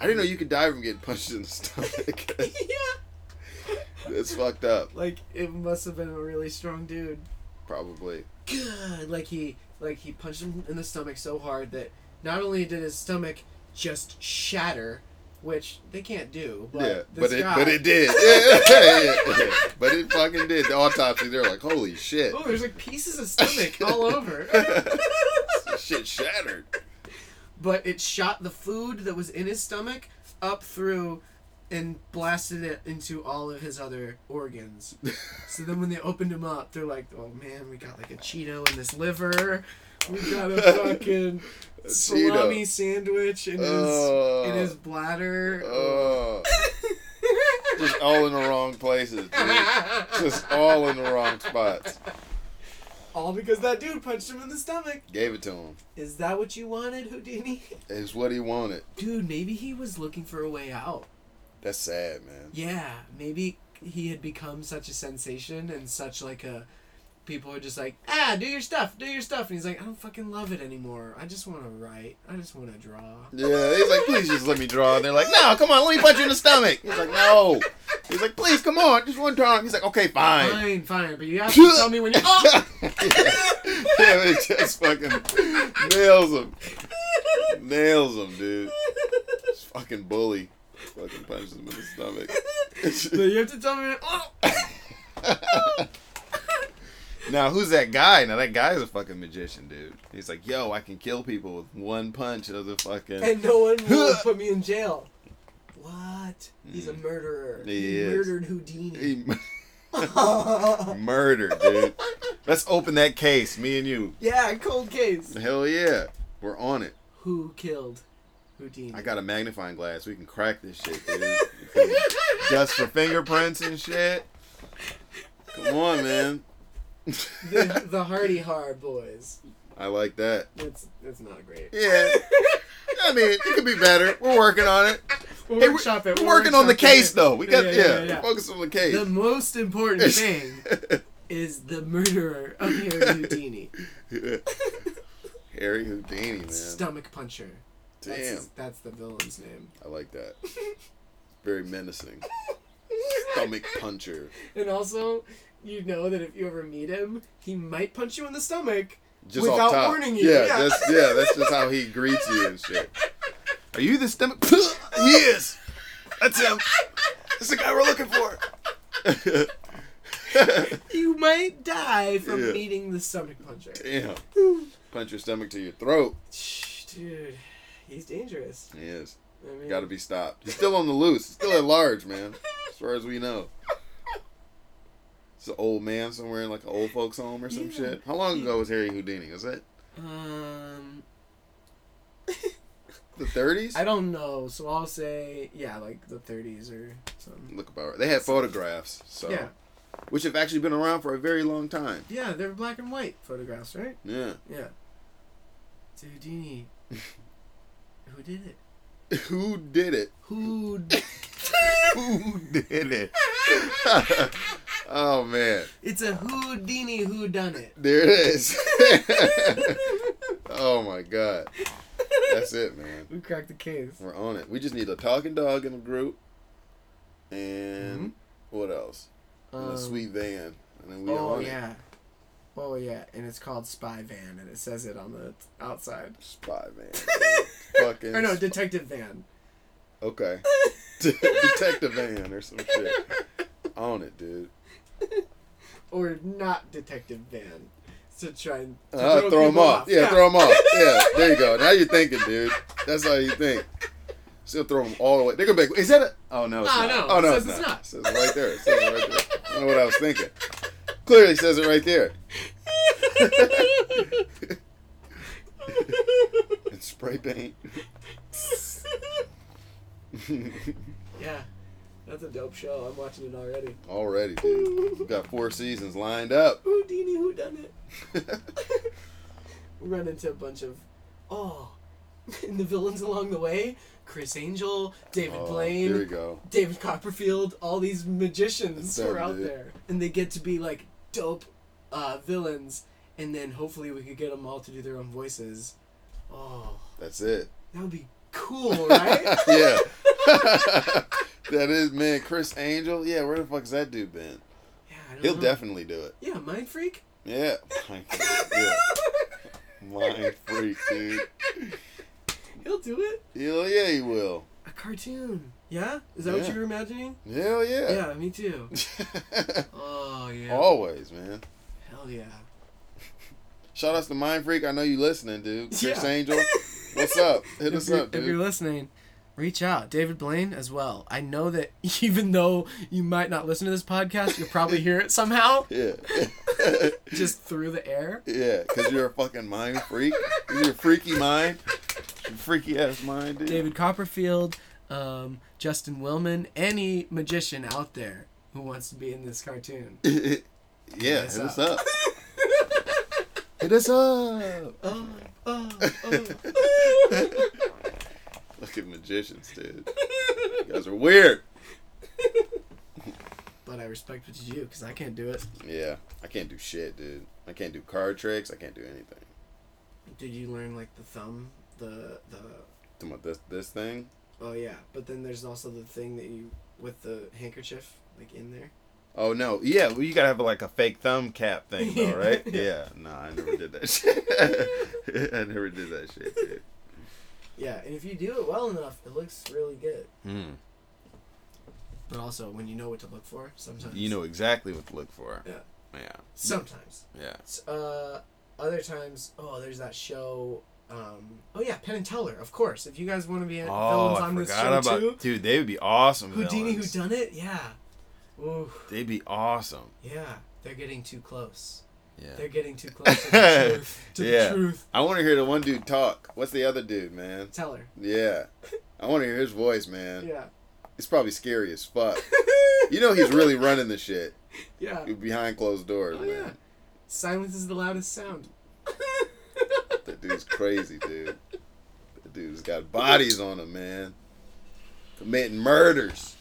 I didn't know you could die from getting punched in the stomach. yeah, That's fucked up. like it must have been a really strong dude. Probably. God, like he, like he punched him in the stomach so hard that not only did his stomach just shatter, which they can't do, but yeah. yeah, But it, guy, but it did. Yeah, yeah, yeah. But it fucking did. The autopsy. They're like, holy shit. Oh, there's like pieces of stomach all over. shit shattered. but it shot the food that was in his stomach up through and blasted it into all of his other organs. so then when they opened him up, they're like, oh man, we got like a Cheeto in this liver. We got a fucking salami sandwich in his, Oh. in his bladder. Oh. Just all in the wrong places, dude. Just all in the wrong spots. all because that dude punched him in the stomach. Gave it to him. Is that what you wanted, Houdini? It's what he wanted. Dude, maybe he was looking for a way out. That's sad, man. yeah maybe he had become such a sensation and such like a people are just like ah do your stuff do your stuff and he's like i don't fucking love it anymore i just want to write i just want to draw Yeah, he's like, please just let me draw. And they're like, no, come on, let me punch you in the stomach. He's like, no. He's like, please, come on, just one time. He's like, okay, fine. fine fine but you have to tell me when you oh! yeah, it just fucking nails him. Nails him, dude. It's fucking bully. Fucking punches him in the stomach. but you have to tell me when oh! Now who's that guy? Now that guy's a fucking magician, dude. He's like, yo, I can kill people with one punch of the fucking. and no one will put me in jail what he's a murderer Mm. He he is. murdered houdini He murdered, dude. Let's open that case, me and you. yeah cold case Hell yeah. We're on it. who killed houdini I got a magnifying glass. We can crack this shit, dude. Just for fingerprints and shit. Come on, man. the, the hardy har boys I like that. that's that's not great Yeah. I mean, it could be better. We're working on it. We'll Hey, we're workshop it. we're We'll working on the workshop it. case, though. We got, yeah, yeah. focus on the The case. most important thing is the murderer of Harry Houdini, Harry Houdini, man. stomach puncher. That's, Damn. his- that's the villain's name. I like that. Very menacing. Stomach puncher. And also, you know that if you ever meet him, he might punch you in the stomach just without off top. warning you. Yeah, Yeah. that's yeah, that's just how he greets you and shit. Are you the stomach? he is. That's him. That's the guy we're looking for. You might die from Yeah. meeting the stomach puncher. Damn. Punch your stomach to your throat. Shh, Dude, he's dangerous. He is. I mean, Got to be stopped. He's still on the loose. Still at large, man. As far as we know. It's an old man somewhere in like an old folks home or some Yeah. shit. How long ago was Harry Houdini? Was that Um, the thirties? I don't know, so I'll say yeah, like the 30s or something. Look about right. They had photographs, so Yeah, which have actually been around for a very long time. yeah, they're black and white photographs, right? Yeah. Yeah. So Houdini, who did it? Who did it? Who? Who did it? oh man, it's a Houdini who done it. there it is. oh my god, that's it, man. We cracked the case. We're on it. We just need a talking dog in the group, and what else? And Mm-hmm. Um, a sweet van, and then we Oh on it. yeah. Oh yeah, and it's called Spy Van, and it says it on the outside. Spy van. Fucking. Or no, Detective Van. okay. Detective van or some shit. On it, dude. or not Detective Van to try and to Uh, throw, them people off. Yeah, throw them off. Yeah, there you go. Now you're thinking, dude. That's how you think. Still throw them all the way. They're gonna be like, is that a. Oh, no. It's No, not. no, Oh, it no, says it's it's not. not. It says it right there. It says it right there. I don't know what I was thinking. Clearly says it right there. and spray paint. yeah, that's a dope show. I'm watching it already. Already, dude. We've got four seasons lined up. Houdini, who done it? We run into a bunch of oh, and the villains along the way: Chris Angel, David Oh, Blaine, Here we go. David Copperfield, all these magicians That's dope, were out dude. there, and they get to be like dope uh, villains, and then hopefully we could get them all to do their own voices. Oh, That's it. that would be cool, right? yeah. that is, man. Chris Angel. Yeah, where the fuck's that dude been? yeah, I don't He'll know. definitely do it. Yeah, Mind Freak. Yeah. yeah. Mind freak, dude. He'll do it. Hell yeah, he will. A cartoon. Yeah, is that what Yeah. you were imagining? Hell yeah. Yeah, me too. Oh yeah. Always, man. Hell yeah. Shout outs to Mind Freak. I know you listening, dude. Chris Yeah. Angel. What's up? Hit if, us you're, up, if you're dude. listening, reach out. David Blaine as well. I know that even though you might not listen to this podcast, you'll probably hear it somehow, Yeah. just through the air. yeah, because you're a fucking mind freak. You're a freaky mind. Your freaky ass mind, dude. David Copperfield, um, Justin Willman, any magician out there who wants to be in this cartoon. yeah, us hit us up. up. hit us up. Oh, oh, oh. Fucking magicians, dude. You guys are weird. But I respect what you do because I can't do it. Yeah, I can't do shit, dude. I can't do card tricks. I can't do anything. Did you learn like the thumb, the the? Come on, this this thing. Oh yeah, but then there's also the thing that you with the handkerchief like in there. Oh no, yeah, well, you gotta have like a fake thumb cap thing though, right? Yeah. yeah, no, I never did that shit. I never did that shit, dude. Yeah, and if you do it well enough, it looks really good. Mm. But also, when you know what to look for, sometimes You know exactly what to look for. Yeah. yeah, Sometimes, yeah. S- uh, other times, oh, there's that show. Um, oh yeah, Penn and Teller, of course. If you guys want to be in Oh, villains I on this show forgot about too, dude. They would be awesome. Houdini, who villains. done it? Yeah. Ooh, They'd be awesome. yeah. They're getting too close. Yeah. They're getting too close to the truth. To Yeah. the truth. I want to hear the one dude talk. What's the other dude, man? Teller. Yeah. I want to hear his voice, man. Yeah. It's probably scary as fuck. you know he's really running the shit Yeah. behind closed doors, Oh man. yeah. Silence is the loudest sound. That dude's crazy, dude. That dude's got bodies on him, man. Committing murders.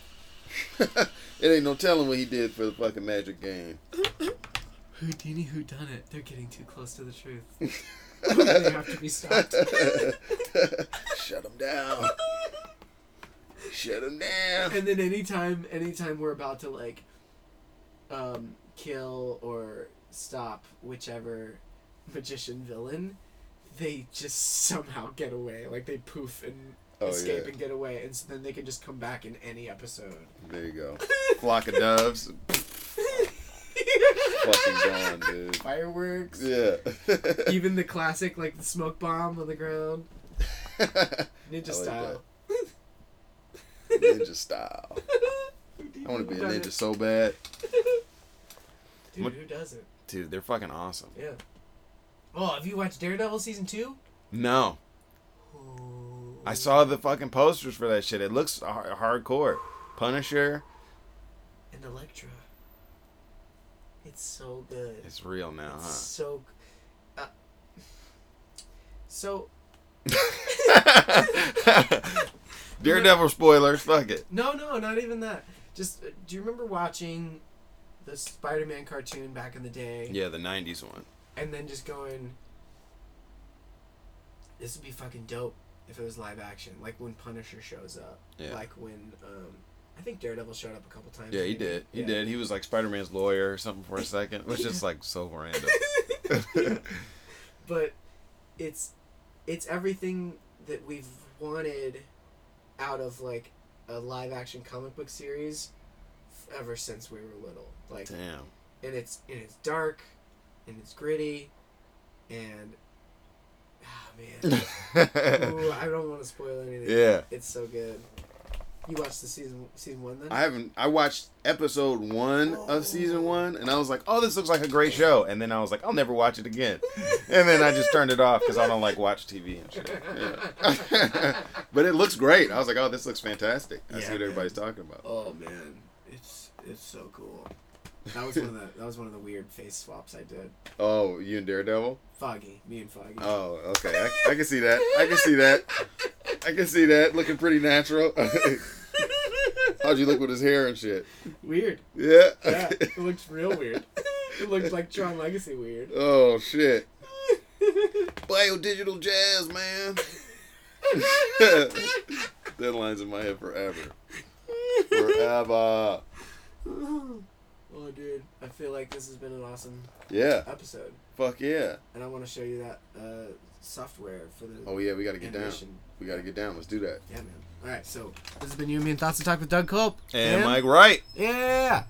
it ain't no telling what he did for the fucking magic game. Houdini, who done it? They're getting too close to the truth. they have to be stopped. Shut him down. Shut him down. and then anytime anytime we're about to like um kill or stop whichever magician villain they just somehow get away like they poof and Oh, escape yeah. and get away and so then they can just come back in any episode Oh, There you go. Flock of doves. fucking gone, dude. fireworks Yeah. even the classic like the smoke bomb on the ground ninja I like style ninja style. I want to be a ninja so bad. Dude, What- who doesn't? Dude, they're fucking awesome. Yeah. Oh, have you watched Daredevil season two? No, Oh. I saw the fucking posters for that shit. It looks har- hardcore. Punisher, And Elektra. It's so good. it's real now, It's huh? so. Uh, so Daredevil spoilers. Fuck it. no, no, not even that. Just uh, do you remember watching the Spider-Man cartoon back in the day, Yeah, the '90s one. and then just going, "This would be fucking dope if it was live action." Like when Punisher shows up. Yeah. Like when um, I think Daredevil showed up a couple times. Yeah, he maybe. did. He Yeah. did. He was like Spider-Man's lawyer or something for a second, which is like so random. but it's it's everything that we've wanted out of like a live action comic book series f- ever since we were little like Damn. and it's and it's dark and it's gritty and oh man Ooh, i don't want to spoil anything yeah. it's so good you watched the season season one then I haven't. I watched episode one of season one, and I was like, "Oh, this looks like a great show." And then I was like, "I'll never watch it again." And then I just turned it off because I don't like watch TV and shit. Yeah. but it looks great. I was like, "Oh, this looks fantastic." I see Yeah, what man. everybody's talking about. Oh man, it's it's so cool. That was one of the that was one of the weird face swaps I did. Oh, you and Daredevil. Foggy, me and Foggy. Oh, okay. I, I can see that. I can see that. I can see that. Looking pretty natural. How'd you look with his hair and shit? weird. Yeah. Yeah, it looks real weird. It looked like Tron Legacy weird. Oh shit. Bio digital jazz, man. that line's in my head forever. Forever. Oh dude, I feel like this has been an awesome Yeah. episode, Fuck yeah. and I want to show you that uh, software for the Oh yeah, we gotta get down. animation. We gotta get down. Let's do that. Yeah, man. All right, so this has been you and me and Thoughts and Talk with Doug Culp Mike Wright. Yeah.